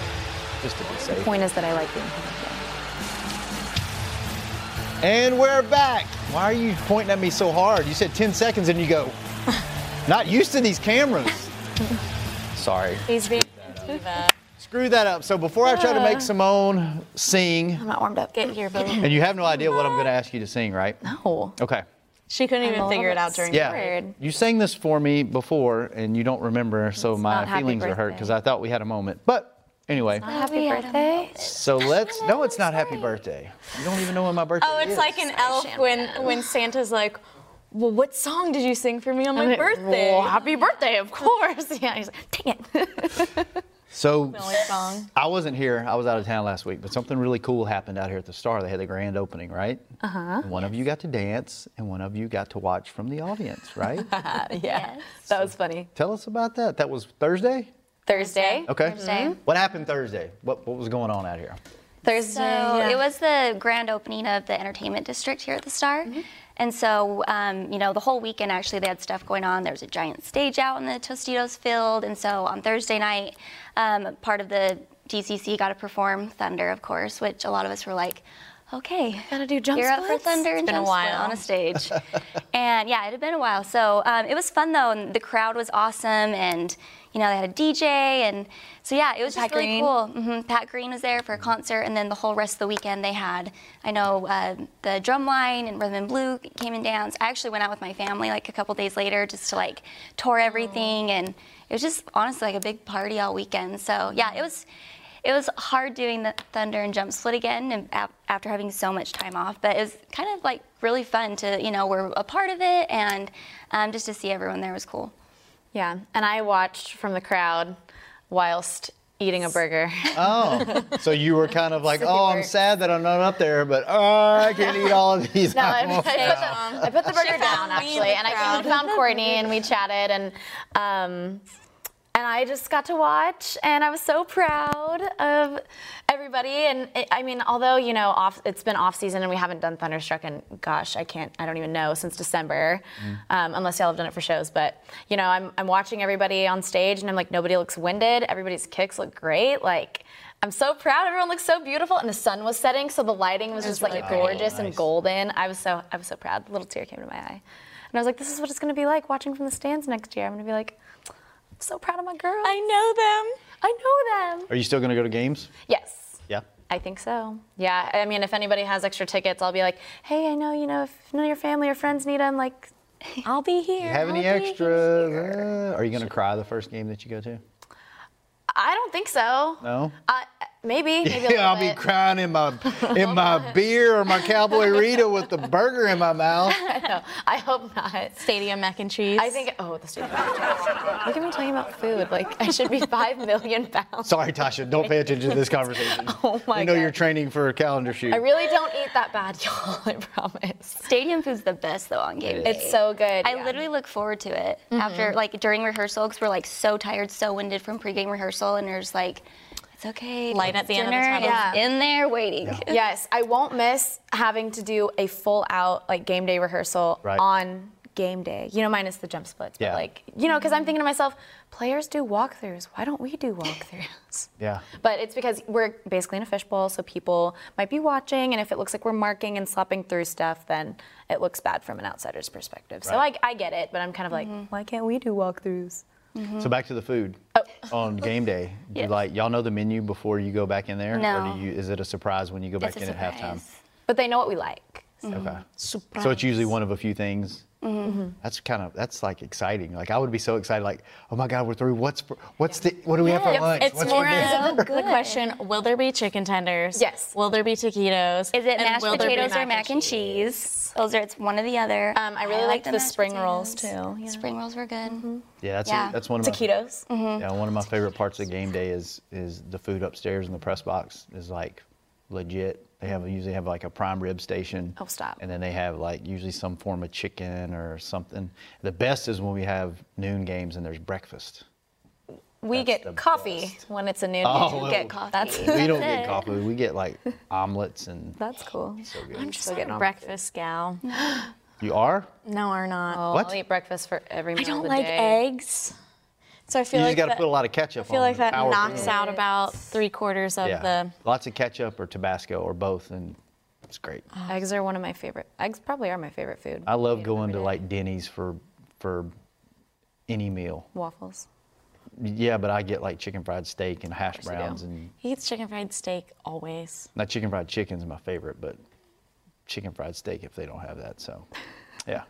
Speaker 2: Just to be safe.
Speaker 4: point is that I like being here.
Speaker 2: And we're back. Why are you pointing at me so hard? You said 10 seconds and you go, not used to these cameras. Sorry.
Speaker 3: He's being diva.
Speaker 2: Screw that up. So before I try to make Simone sing,
Speaker 4: Uh. I'm not warmed up.
Speaker 3: Get here, boo.
Speaker 2: and you have no idea what I'm going to ask you to sing, right?
Speaker 4: No.
Speaker 2: Okay.
Speaker 3: She couldn't even figure it out during
Speaker 2: Yeah.
Speaker 3: the word.
Speaker 2: You sang this for me before and you don't remember, so my
Speaker 4: not happy
Speaker 2: feelings are hurt
Speaker 4: birthday.
Speaker 2: because I thought we had a moment. But anyway,
Speaker 4: Happy birthday.
Speaker 2: so let's. No, it's not happy birthday. You don't even know when my birthday
Speaker 3: Oh, it's
Speaker 2: is.
Speaker 3: like an elf when, when Santa's like, well, what song did you sing for me on my birthday?
Speaker 4: Well, happy birthday, of course. Yeah, he's like, dang it.
Speaker 2: So
Speaker 3: Only song.
Speaker 2: I wasn't here. I was out of town last week, but something really cool happened out here at the Star. They had the grand opening, right? Uh
Speaker 4: Uh-huh.
Speaker 2: huh. One of you got to dance, and one of you got to watch from the audience, right?
Speaker 4: Yeah. That was funny.
Speaker 2: Tell us about that. That was Thursday.
Speaker 4: Thursday.
Speaker 2: Okay. Mm-hmm.
Speaker 5: Thursday.
Speaker 2: What happened Thursday? What What was going on out here?
Speaker 4: Thursday.
Speaker 5: So
Speaker 4: yeah.
Speaker 5: it was the grand opening of the entertainment district here at the Star.
Speaker 4: Mm-hmm.
Speaker 5: And so, um, you know, the whole weekend actually they had stuff going on. There was a giant stage out in the Tostitos field. And so on Thursday night, um, part of the DCC got to perform Thunder, of course, which a lot of us were like, okay,
Speaker 4: Gotta do jump
Speaker 5: you're up for
Speaker 4: splits?
Speaker 5: Thunder
Speaker 4: It's
Speaker 5: and
Speaker 4: been a
Speaker 5: jump split
Speaker 4: while.
Speaker 5: on a stage. and yeah, it had been a while. So um, it was fun though, and the crowd was awesome, and you know they had a DJ, and so yeah, it was
Speaker 4: Pat
Speaker 5: just really
Speaker 4: Green.
Speaker 5: cool. hmm Pat Green was there for a concert, and then the whole rest of the weekend they had. I know uh, the drumline and rhythm and blue came and danced. I actually went out with my family like a couple days later just to like tour everything, and it was just honestly like a big party all weekend. So yeah, it was. It was hard doing the thunder and jump split again, and ap- after having so much time off. But it was kind of like really fun to, you know, we're a part of it, and um, just to see everyone there was cool.
Speaker 4: Yeah, and I watched from the crowd whilst eating a burger.
Speaker 2: Oh, so you were kind of like,
Speaker 4: City
Speaker 2: oh, I'm
Speaker 4: works.
Speaker 2: sad that I'm not up there, but oh, I can eat all of these.
Speaker 4: No, I,
Speaker 2: I'm
Speaker 4: I,
Speaker 2: off
Speaker 4: put the,
Speaker 2: now."
Speaker 4: I put the burger down
Speaker 3: Um, found me in
Speaker 4: actually,
Speaker 3: the
Speaker 4: and I came and found Courtney, and we chatted, and um, and I just got to watch, and I was so proud of everybody. And it, I mean, although you know, off it's been off season, and we haven't done Thunderstruck, and gosh, I can't, I don't even know since December,
Speaker 2: Mm.
Speaker 4: um, unless y'all have done it for shows. But you know, I'm I'm watching everybody on stage, and I'm like, nobody looks winded. Everybody's kicks look great. Like. I'm so proud. Everyone looks so beautiful, and the sun was setting, so the lighting was just like gorgeous and golden. I was so I was so proud. A little tear came to my eye, and I was like, "This is what it's going to be like watching from the stands next year." I'm going to be like, "I'm so proud of my girls.
Speaker 3: I know them.
Speaker 4: I know them."
Speaker 2: Are you still going to go to games?
Speaker 4: Yes,
Speaker 2: Yeah.
Speaker 4: I think so. Yeah. I mean, if anybody has extra tickets, I'll be like, hey, I know, you know, if none of your family or friends need them, like, I'll be here.
Speaker 2: Have any
Speaker 4: I'll be
Speaker 2: extras?
Speaker 4: here."
Speaker 2: Uh, Are you going to cry the first game that you go to?
Speaker 4: I don't think so.
Speaker 2: No?
Speaker 4: Uh, maybe. maybe a little
Speaker 2: Yeah, I'll be
Speaker 4: bit.
Speaker 2: crying in my in my beer or my cowboy Rita with the burger in my mouth.
Speaker 4: I hope not.
Speaker 3: Stadium mac and cheese.
Speaker 4: I think, oh, the stupid podcast. Look at me talking about food. Like, I should be five million pounds.
Speaker 2: Sorry, Tasha, don't pay attention to this conversation.
Speaker 4: Oh my
Speaker 2: I know
Speaker 4: God.
Speaker 2: you're training for a calendar shoot.
Speaker 4: I really don't eat that bad, y'all. I promise.
Speaker 5: Stadium food's the best though on game day.
Speaker 4: It's so good.
Speaker 5: I
Speaker 4: yeah. Mm-hmm.
Speaker 5: literally look forward to it after like during rehearsal because we're like so tired, so winded from pregame rehearsal, and there's like, it's okay.
Speaker 3: Light at the end of the
Speaker 5: dinner
Speaker 3: tunnel.
Speaker 5: is
Speaker 4: Yeah.
Speaker 5: in there waiting.
Speaker 4: Yes, I won't miss having to do a full out like game day rehearsal
Speaker 2: Right.
Speaker 4: on game day. You know, minus the jump splits,
Speaker 2: Yeah.
Speaker 4: but like you know, because I'm thinking to myself, players do walkthroughs. Why don't we do walkthroughs?
Speaker 2: Yeah.
Speaker 4: But it's because we're basically in a fishbowl, so people might be watching, and if it looks like we're marking and slopping through stuff, then it looks bad from an outsider's perspective. So
Speaker 2: Right.
Speaker 4: I, I get it, but I'm kind of like, Mm-hmm. why can't we do walkthroughs?
Speaker 2: Mm-hmm. So back to the food on game day. Do you
Speaker 5: Mm. Oh. Yes.
Speaker 2: like y'all know the menu before you go back in there, or
Speaker 5: No.
Speaker 2: do you? Is it a surprise when you go back
Speaker 5: It's
Speaker 2: in
Speaker 5: a
Speaker 2: at halftime?
Speaker 5: surprise.
Speaker 4: But they know what we like.
Speaker 2: Mm-hmm. Okay. So it's usually one of a few things.
Speaker 4: Mm-hmm.
Speaker 2: That's kind of that's like exciting. Like I would be so excited. Like oh my god, we're through. What's for, what's the what do we have for lunch?
Speaker 3: It's
Speaker 2: what's
Speaker 3: more
Speaker 2: for dinner?
Speaker 3: of the question: Will there be chicken tenders?
Speaker 4: Yes.
Speaker 3: Will there be taquitos?
Speaker 5: Is it
Speaker 3: And
Speaker 5: mashed
Speaker 3: will there be
Speaker 5: potatoes or mac and cheese? Those are it's one or the other.
Speaker 4: Um, I really liked the
Speaker 5: mashed
Speaker 4: spring rolls,
Speaker 5: potatoes.
Speaker 4: too, yeah. Mm-hmm.
Speaker 5: Spring rolls were good.
Speaker 2: Yeah, that's
Speaker 5: Yeah. Mm-hmm.
Speaker 2: that's one of my
Speaker 4: Taquitos.
Speaker 2: Yeah, one of my favorite parts of game day is is the food upstairs in the press box is like legit. They have usually have like a prime rib station.
Speaker 4: Oh, stop.
Speaker 2: And then they have like usually some form of chicken or something. The best is when we have noon games and there's breakfast.
Speaker 4: We
Speaker 2: That's the
Speaker 4: get coffee
Speaker 2: best.
Speaker 4: when it's a noon.
Speaker 2: Oh,
Speaker 4: meeting.
Speaker 2: well,
Speaker 4: we
Speaker 2: we
Speaker 4: get coffee. That's,
Speaker 2: we don't get
Speaker 5: it.
Speaker 2: coffee. We get like omelets and
Speaker 4: that's cool.
Speaker 2: so good.
Speaker 3: I'm just a breakfast gal.
Speaker 2: you are?
Speaker 3: No, or not.
Speaker 4: Oh,
Speaker 2: What?
Speaker 4: I'll eat breakfast for every meal
Speaker 3: I don't
Speaker 4: of the
Speaker 3: like
Speaker 4: day.
Speaker 3: eggs, so I
Speaker 2: You
Speaker 3: feel
Speaker 2: just
Speaker 3: like
Speaker 2: got to
Speaker 3: that-
Speaker 2: put a lot of ketchup
Speaker 3: I feel
Speaker 2: on
Speaker 3: like
Speaker 2: the
Speaker 3: that
Speaker 2: power
Speaker 3: knocks
Speaker 2: food.
Speaker 3: out about three quarters of
Speaker 2: Yeah.
Speaker 3: the.
Speaker 2: Lots of ketchup or Tabasco or both and it's great.
Speaker 4: Eggs are one of my favorite. Eggs probably are my favorite food.
Speaker 2: I love going to like Denny's for for any meal.
Speaker 4: Waffles.
Speaker 2: Yeah, but I get like chicken fried steak and hash
Speaker 4: you do.
Speaker 2: browns and
Speaker 3: He eats chicken fried steak always.
Speaker 2: not chicken fried chicken's my favorite, but chicken fried steak if they don't have that. So, yeah.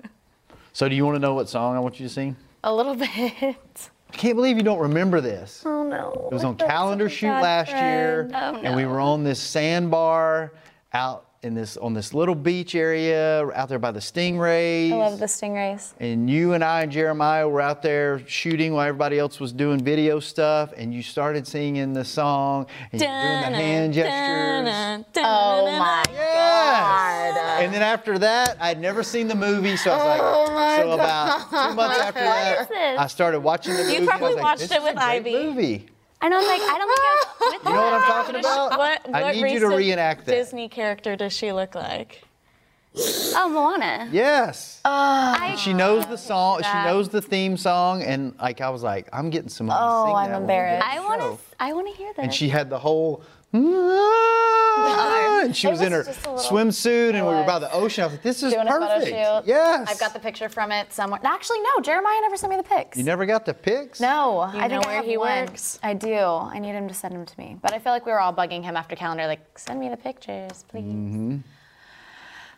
Speaker 2: so do you want to know what song I want you to sing?
Speaker 4: A little bit.
Speaker 2: I can't believe you don't remember this.
Speaker 4: Oh no.
Speaker 2: It was on calendar shoot last year,
Speaker 4: Oh,
Speaker 2: and we were on this sandbar out in this on this little beach area out there by the stingrays.
Speaker 4: I love the stingrays.
Speaker 2: and you and I and Jeremiah were out there shooting while everybody else was doing video stuff, and you started singing the song and you were doing the hand gestures.
Speaker 3: oh
Speaker 4: my
Speaker 2: Yes. And then after that, I'd never seen the movie, so I was like, so about two months after that,
Speaker 5: this?
Speaker 2: I started watching the movie. and I
Speaker 3: probably
Speaker 2: was like,
Speaker 3: watched
Speaker 2: this
Speaker 3: it
Speaker 2: is a
Speaker 3: with
Speaker 2: great
Speaker 3: Ivy.
Speaker 2: Movie.
Speaker 5: And I was like, I don't think I was with
Speaker 2: You know what I'm
Speaker 5: that.
Speaker 2: talking about?
Speaker 3: What,
Speaker 2: I
Speaker 3: what
Speaker 2: need you to
Speaker 3: recent
Speaker 2: reenact that.
Speaker 3: Disney character does she look like?
Speaker 5: Oh, Moana.
Speaker 2: Yes.
Speaker 5: I,
Speaker 2: she knows the song. She knows the theme song, and like I was like, I'm getting some.
Speaker 4: Oh,
Speaker 2: sing that
Speaker 4: I'm
Speaker 2: when we get
Speaker 4: embarrassed.
Speaker 2: to
Speaker 5: I
Speaker 2: the
Speaker 5: want
Speaker 2: show.
Speaker 5: to. I want to hear this.
Speaker 2: and she had the whole. "Ah," and she
Speaker 4: It
Speaker 2: was, in her
Speaker 4: was just a little-
Speaker 2: swimsuit, and we were
Speaker 4: was.
Speaker 2: by the ocean. I was like, "This is
Speaker 4: Doing a photo
Speaker 2: perfect."
Speaker 4: shoot.
Speaker 2: Yes.
Speaker 4: I've got the picture from it somewhere. Actually, no. Jeremiah never sent me the pics.
Speaker 2: You never got the pics.
Speaker 4: No, I
Speaker 3: know
Speaker 4: think
Speaker 3: where
Speaker 4: I have
Speaker 3: he
Speaker 4: one.
Speaker 3: works?
Speaker 4: I do. I need him to send them to me. But I feel like we were all bugging him after calendar, like, send me the pictures, please.
Speaker 2: Mm-hmm.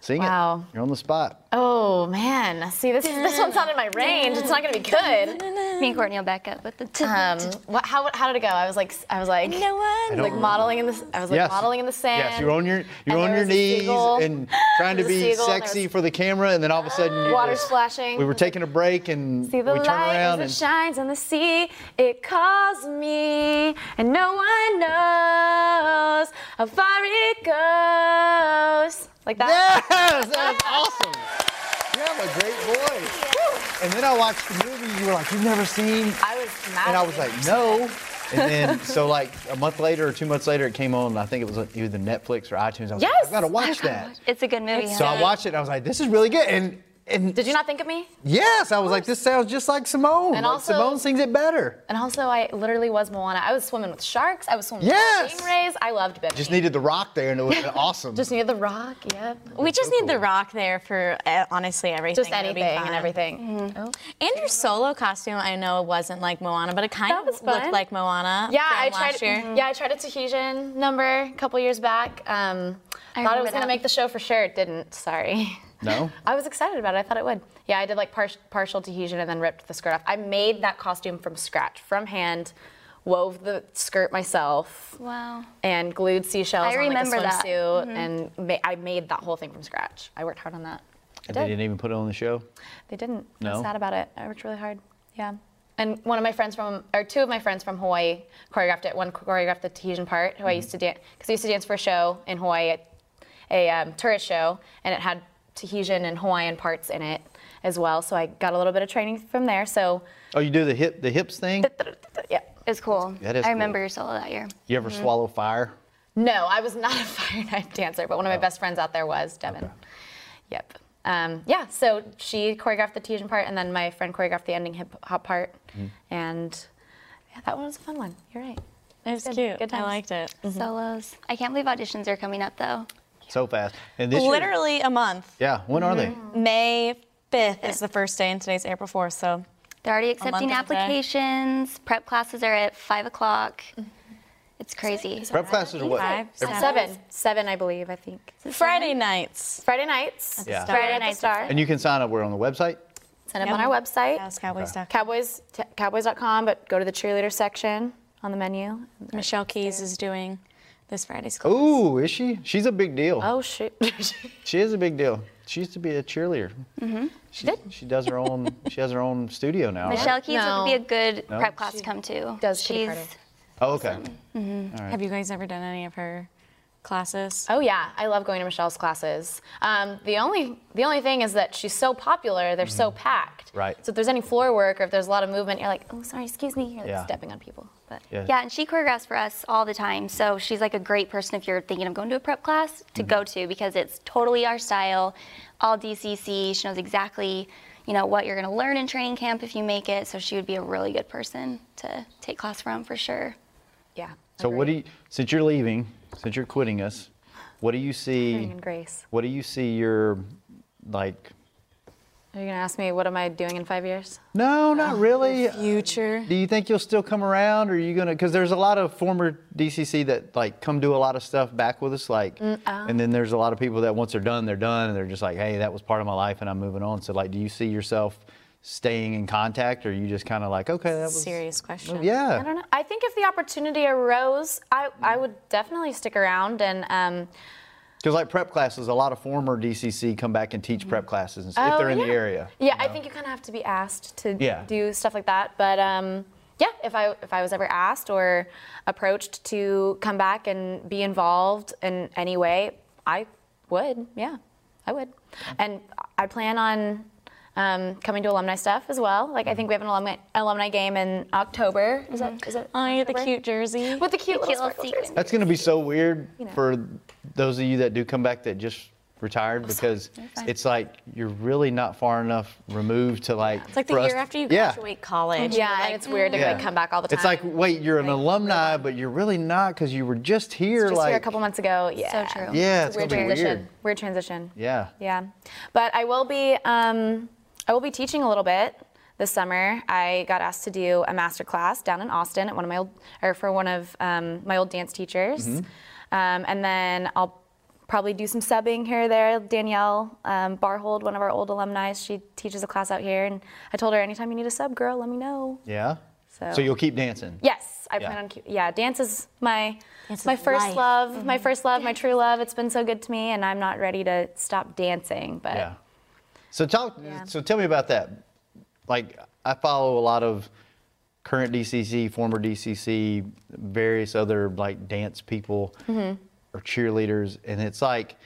Speaker 2: Sing
Speaker 4: Wow.
Speaker 2: it. You're on the spot.
Speaker 4: Oh man, see this this one's not in my range. It's not gonna be good.
Speaker 5: me and Courtney will back up with the.
Speaker 4: Um, what, how, how did it go? I was like I was like
Speaker 3: No one.
Speaker 2: don't
Speaker 4: like modeling in the s- I was like
Speaker 2: yes.
Speaker 4: modeling in the sand.
Speaker 2: Yes, you're on your you're
Speaker 4: and
Speaker 2: on
Speaker 4: there
Speaker 2: your
Speaker 4: was a
Speaker 2: knees
Speaker 4: seagull.
Speaker 2: and trying to
Speaker 4: There was a
Speaker 2: be
Speaker 4: seagull, and there
Speaker 2: sexy
Speaker 4: was-
Speaker 2: for the camera, and then all of a sudden you
Speaker 4: Water
Speaker 2: just-
Speaker 4: splashing.
Speaker 2: We were taking a break, and
Speaker 4: See the
Speaker 2: we turned
Speaker 4: light
Speaker 2: around
Speaker 4: as
Speaker 2: and
Speaker 4: it shines on the sea. It calls me, and no one knows how far it goes. Like that.
Speaker 2: Yes, that is awesome. You have a great voice. And then I watched the movie. You were like, you've never seen.
Speaker 4: I was mad.
Speaker 2: And I
Speaker 4: at
Speaker 2: was
Speaker 4: you.
Speaker 2: like, no. And then, so like a month later or two months later, it came on. and I think it was like either Netflix or iTunes. I was like,
Speaker 4: Yes. Oh,
Speaker 2: I've got to watch that.
Speaker 5: It's a good movie.
Speaker 2: So
Speaker 5: huh?
Speaker 2: I watched it. And I was like, this is really good. And and
Speaker 4: Did you not think of me?
Speaker 2: yes, I was like, this sounds just like Simone. like,
Speaker 4: And also-
Speaker 2: Simone sings it better.
Speaker 4: And also, I literally was Moana. I was swimming with sharks. I was swimming
Speaker 2: Yes!
Speaker 4: with stingrays. I loved Bimini.
Speaker 2: Just needed the rock there, and it would have been awesome.
Speaker 4: Just needed the rock. Yep.
Speaker 3: We just need the rock there for uh, honestly everything.
Speaker 4: Just
Speaker 3: It'll be
Speaker 4: anything and
Speaker 3: fun.
Speaker 4: everything. Oh.
Speaker 3: And your solo costume, I know it wasn't like Moana, but it kind
Speaker 4: That
Speaker 3: of
Speaker 4: was
Speaker 3: looked
Speaker 4: fun.
Speaker 3: like Moana.
Speaker 4: Yeah,
Speaker 3: from
Speaker 4: I tried. Mm-hmm.
Speaker 3: last year.
Speaker 4: Yeah, I tried a Tahitian number a couple years back. Um,
Speaker 5: I
Speaker 4: thought it
Speaker 5: remember
Speaker 4: was gonna
Speaker 5: that.
Speaker 4: make the show for sure. It didn't. Sorry.
Speaker 2: no?
Speaker 4: I was excited about it. I thought it would. Yeah, I did like par- partial adhesion and then ripped the skirt off. I made that costume from scratch, from hand, wove the skirt myself,
Speaker 5: Wow.
Speaker 4: and glued seashells
Speaker 5: I
Speaker 4: on
Speaker 5: remember
Speaker 4: like a
Speaker 5: that. Mm-hmm.
Speaker 4: swimsuit, and ma- I made that whole thing from scratch. I worked hard on that.
Speaker 2: And they didn't even put it on the show?
Speaker 4: They didn't.
Speaker 2: No?
Speaker 4: I'm sad about it. I worked really hard. Yeah. And one of my friends from, or two of my friends from Hawaii choreographed it. One choreographed the Tahitian part,
Speaker 2: Mm-hmm.
Speaker 4: who I used to dance, because I used to dance for a show in Hawaii, a, a um, tourist show, and it had Tahitian and Hawaiian parts in it as well. So I got a little bit of training from there. So,
Speaker 2: Oh, you do the hip, the hips thing?
Speaker 4: yeah.
Speaker 5: It was cool.
Speaker 2: That is
Speaker 5: I
Speaker 2: cool.
Speaker 5: remember your solo that Mm-hmm. year.
Speaker 2: You
Speaker 4: Mm-hmm.
Speaker 2: ever swallow fire?
Speaker 4: No, I was not a fire knife dancer, but one of my best friends out there was, Devin. Yep. Um, yeah, so she choreographed the Tahitian part, and then my friend choreographed the ending hip hop part.
Speaker 2: Mm-hmm.
Speaker 4: And yeah, that one was a fun one. You're right.
Speaker 3: It was
Speaker 4: Good-
Speaker 3: cute.
Speaker 4: good
Speaker 3: I
Speaker 4: times.
Speaker 3: liked it. Mm-hmm.
Speaker 5: Solos. I can't believe auditions are coming up though.
Speaker 2: So fast. And this year-
Speaker 3: Literally a month.
Speaker 2: yeah, when are
Speaker 4: Mm-hmm.
Speaker 2: they?
Speaker 5: Mm.
Speaker 3: May 5th is the first day, and today's April 4th, so
Speaker 5: They're already accepting
Speaker 3: month and a day.
Speaker 5: applications. Prep classes are at five o'clock.
Speaker 4: Mm-hmm.
Speaker 5: It's crazy.
Speaker 2: Prep classes are what?
Speaker 3: five, seven.
Speaker 4: Seven. Seven, I believe, I think.
Speaker 3: Friday nights.
Speaker 4: Friday nights.
Speaker 2: Yeah. Star.
Speaker 4: Friday
Speaker 5: At the
Speaker 4: nights.
Speaker 5: Star.
Speaker 4: Star.
Speaker 2: And you can sign up where on the website?
Speaker 4: Send up on our website,
Speaker 3: Dallas Cowboys stuff.
Speaker 4: Cowboys, t- cowboys.com, but go to the cheerleader section on the menu.
Speaker 3: Michelle Keys is doing this Friday's class.
Speaker 2: Ooh, is she? She's a big deal.
Speaker 4: Oh, shoot.
Speaker 2: She is a big deal. She used to be a cheerleader. Mm-hmm. She, did. She does her own. she has her own studio now. right?
Speaker 5: Michelle Keys
Speaker 4: No.
Speaker 5: would be a good prep class to come to.
Speaker 4: does Kitty
Speaker 5: She's
Speaker 4: Carter.
Speaker 2: Oh, okay.
Speaker 4: Mm-hmm.
Speaker 3: Have you guys ever done any of her classes?
Speaker 4: Oh yeah, I love going to Michelle's classes. Um, the only the only thing is that she's so popular, they're
Speaker 2: Mm-hmm.
Speaker 4: so packed.
Speaker 2: Right.
Speaker 4: So if there's any floor work or if there's a lot of movement, you're like, oh sorry, excuse me, you're like
Speaker 2: Yeah.
Speaker 4: stepping on people. But
Speaker 5: yeah, and she choreographs for us all the time. So she's like a great person if you're thinking of going to a prep class to go to because it's totally our style, all DCC. She knows exactly, you know, what you're going to learn in training camp if you make it. So she would be a really good person to take class from for sure.
Speaker 4: yeah.
Speaker 2: So what do you? Since you're leaving, since you're quitting us, what do you see?
Speaker 4: and grace.
Speaker 2: What do you see your, like?
Speaker 4: Are you gonna ask me what am I doing in five years?
Speaker 2: No,
Speaker 4: Oh,
Speaker 2: not really.
Speaker 3: Future.
Speaker 2: Do you think you'll still come around, or are you gonna? Because there's a lot of former DCC that like come do a lot of stuff back with us, like,
Speaker 4: Mm, oh.
Speaker 2: and then there's a lot of people that once they're done, they're done, and they're just like, hey, that was part of my life, and I'm moving on. So like, do you see yourself staying in contact, or are you just kind of like, okay, that was Mm,
Speaker 3: Serious question.
Speaker 2: yeah,
Speaker 4: I don't know. I think if the opportunity arose, I I would definitely stick around and um,
Speaker 2: because like prep classes, a lot of former DCC come back and teach prep classes and s- if
Speaker 4: Oh,
Speaker 2: they're in the
Speaker 4: yeah.
Speaker 2: area.
Speaker 4: Yeah, I think you kind of have to be asked to
Speaker 2: Yeah.
Speaker 4: do stuff like that. But um, yeah, if I if I was ever asked or approached to come back and be involved in any way, I would. Yeah, I would. And I plan on um, coming to alumni stuff as well. Like I think we have an alumni alumni game in October. Is that is it?
Speaker 3: Oh, you have the
Speaker 4: October?
Speaker 3: cute jersey.
Speaker 4: with the cute
Speaker 5: The cute
Speaker 4: little
Speaker 5: little
Speaker 4: sparkle
Speaker 5: sequins.
Speaker 4: jersey.
Speaker 2: That's gonna be so weird for those of you that do come back that just retired because it's like you're really not far enough removed to like.
Speaker 3: It's like the
Speaker 2: for us-
Speaker 3: year after you
Speaker 2: Yeah.
Speaker 3: graduate college. "Mm."
Speaker 4: Yeah, and it's weird to like, come back all the time.
Speaker 2: It's like, wait, you're an alumni, but you're really not because you were just here.
Speaker 4: just
Speaker 2: like,
Speaker 4: here a couple months ago. Yeah.
Speaker 5: So true.
Speaker 2: yeah, it's,
Speaker 4: Weird
Speaker 2: gonna be
Speaker 4: transition.
Speaker 2: weird.
Speaker 4: Weird transition.
Speaker 2: Yeah.
Speaker 4: Yeah, but I will be um, I will be teaching a little bit this summer. I got asked to do a master class down in Austin at one of my old or for one of um, my old dance teachers,
Speaker 2: Mm-hmm.
Speaker 4: um, and then I'll probably do some subbing here or there. Danielle um, Barhold, one of our old alumni, she teaches a class out here, and I told her anytime you need a sub, girl, let me know.
Speaker 2: Yeah. So,
Speaker 4: So-
Speaker 2: you'll keep dancing.
Speaker 4: Yes, I
Speaker 2: Yeah.
Speaker 4: plan on. cu- Yeah, dance is my
Speaker 3: Dance
Speaker 4: my
Speaker 3: is
Speaker 4: first
Speaker 3: life. Mm-hmm.
Speaker 4: love, my first love, my true love. It's been so good to me, and I'm not ready to stop dancing. But
Speaker 2: Yeah. So talk. So tell me about that. Like I follow a lot of current DCC, former DCC, various other like dance people
Speaker 3: Mm-hmm.
Speaker 2: or cheerleaders, and it's like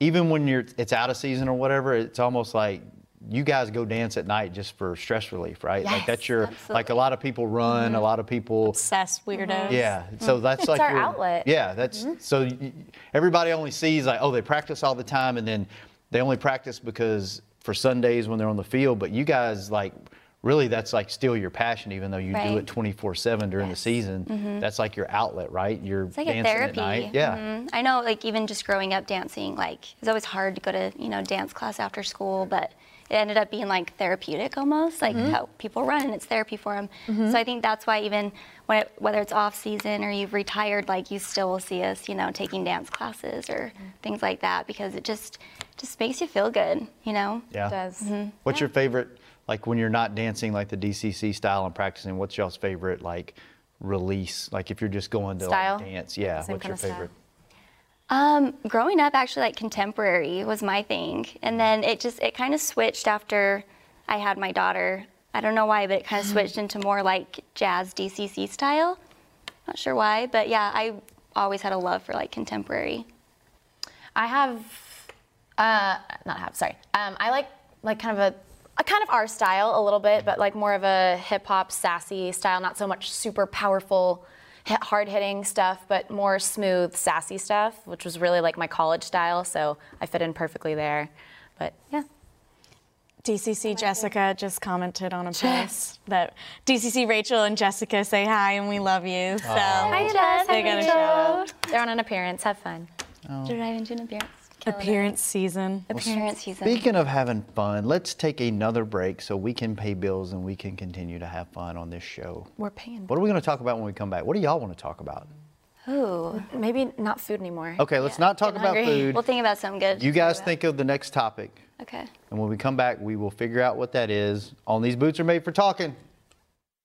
Speaker 2: even when you're it's out of season or whatever, it's almost like you guys go dance at night just for stress relief, right? like
Speaker 4: Yes,
Speaker 2: that's your like a lot of people run, a lot of people
Speaker 3: Obsessed
Speaker 5: Mm-hmm.
Speaker 3: weirdos. Mm. Mm-hmm.
Speaker 2: yeah, so that's like
Speaker 4: our
Speaker 2: your-
Speaker 4: outlet.
Speaker 2: Yeah, that's so y- everybody only sees like oh they practice all the time and then they only practice because for Sundays when they're on the field. But you guys like really that's like still your passion, even though you do
Speaker 5: Right.
Speaker 2: it 24/7 during the season. That's like your outlet, right? You're
Speaker 5: It's like a
Speaker 2: dancing
Speaker 5: therapy.
Speaker 2: at night. Yeah.
Speaker 5: Mhm. I know, like even just growing up dancing, like it's always hard to go to you know dance class after school, but it ended up being like therapeutic almost, like
Speaker 2: Mm-hmm.
Speaker 5: how people run. It's therapy for them. So I think that's why even when it, whether it's off season or you've retired, like you still will see us, you know, taking dance classes or
Speaker 2: Mm-hmm.
Speaker 5: things like that because it just just makes you feel good, you know. Mm-hmm.
Speaker 2: Yeah.
Speaker 4: does.
Speaker 2: What's your favorite, like when you're not dancing like the DCC style and practicing, what's y'all's favorite, like, release? Like, if you're just going to like,
Speaker 4: Style?
Speaker 2: dance, yeah,
Speaker 4: Same
Speaker 2: what's your
Speaker 4: kinda style.
Speaker 2: favorite?
Speaker 5: Um, growing up, actually, like contemporary was my thing, and then it just it kind of switched after I had my daughter. I don't know why, but it kind
Speaker 4: Mm-hmm.
Speaker 5: of switched into more like jazz DCC style. Not sure why, but yeah, I always had a love for like contemporary.
Speaker 4: I have, uh, not have, sorry. Um, I like like kind of a, a kind of our style a little bit, but like more of a hip hop sassy style, not so much super powerful, hit, hard hitting stuff, but more smooth sassy stuff, which was really like my college style. So I fit in perfectly there. But yeah,
Speaker 3: DCC Jessica just commented on a post that DCC Rachel and Jessica say hi and we love you. So
Speaker 5: Jess.
Speaker 3: they got a show.
Speaker 4: they're on an appearance. Have fun.
Speaker 5: Driving to an appearance. Killing it.
Speaker 3: Appearance season.
Speaker 5: Appearance season.
Speaker 2: Speaking of having fun, let's take another break so we can pay bills and we can continue to have fun on this show.
Speaker 4: We're paying.
Speaker 2: What are we going to talk about when we come back? What do y'all want to talk about?
Speaker 5: Ooh,
Speaker 4: Oh, Maybe not food anymore.
Speaker 2: Okay, let's not Oh, talk
Speaker 4: Getting
Speaker 2: about
Speaker 4: hungry.
Speaker 2: food.
Speaker 5: we'll think about something good.
Speaker 2: you guys think of the next topic,
Speaker 5: Okay.
Speaker 2: and when we come back, we will figure out what that is. On these boots are made for talking.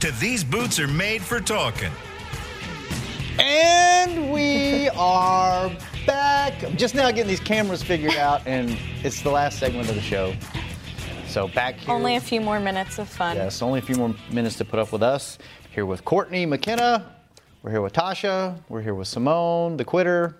Speaker 1: to These Boots Are Made for Talking.
Speaker 2: And we are back. I'm just now getting these cameras figured out, and it's the last segment of the show. So back here.
Speaker 3: Only a few more minutes of fun.
Speaker 2: Yes, only a few more minutes to put up with us. Here with Courtney McKenna. We're here with Tasha. We're here with Simone, the quitter.